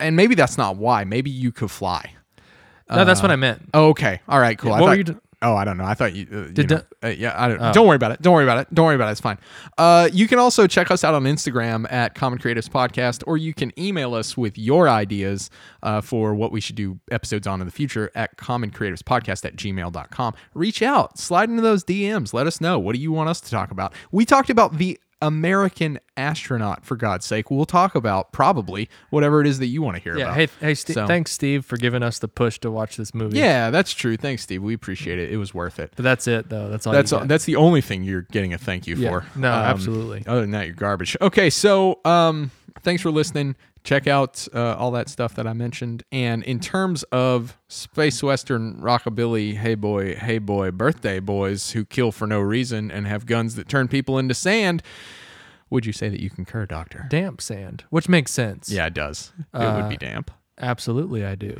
and maybe that's not why. Maybe you could fly.
no, that's what I meant.
Oh, okay. All right. Cool.
Yeah,
I
what were
thought-
you d-
oh, I don't know. I thought you. Uh, you
Did
know.
the- Oh.
Uh, yeah. I don't. Don't worry about it. Don't worry about it. Don't worry about it. It's fine. Uh, you can also check us out on Instagram at Common Creatives Podcast, or you can email us with your ideas uh, for what we should do episodes on in the future at Common Creatives Podcast at gmail.com. Reach out, slide into those DMs. Let us know. What do you want us to talk about? We talked about the American astronaut, for God's sake. We'll talk about probably whatever it is that you want to hear
Yeah.
about.
Hey, hey, Ste
So-
thanks Steve for giving us the push to watch this movie.
Yeah, that's true. Thanks, Steve. We appreciate it. It was worth it.
But that's it though. That's all.
That's
you
all,
get.
that's the only thing you're getting a thank you
Yeah.
for. Um,
No, absolutely.
Other than that, you're garbage. Okay, so um, thanks for listening. Check out uh, all that stuff that I mentioned. And in terms of space western rockabilly, hey boy, hey boy, birthday boys who kill for no reason and have guns that turn people into sand, would you say that you concur, Doctor?
damp sand, which makes sense.
Yeah, it does. it would be
Uh,
damp.
Absolutely, I do.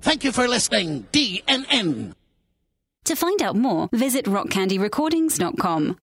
Thank you for listening, DNN.
To find out more, visit rockcandyrecordings.com.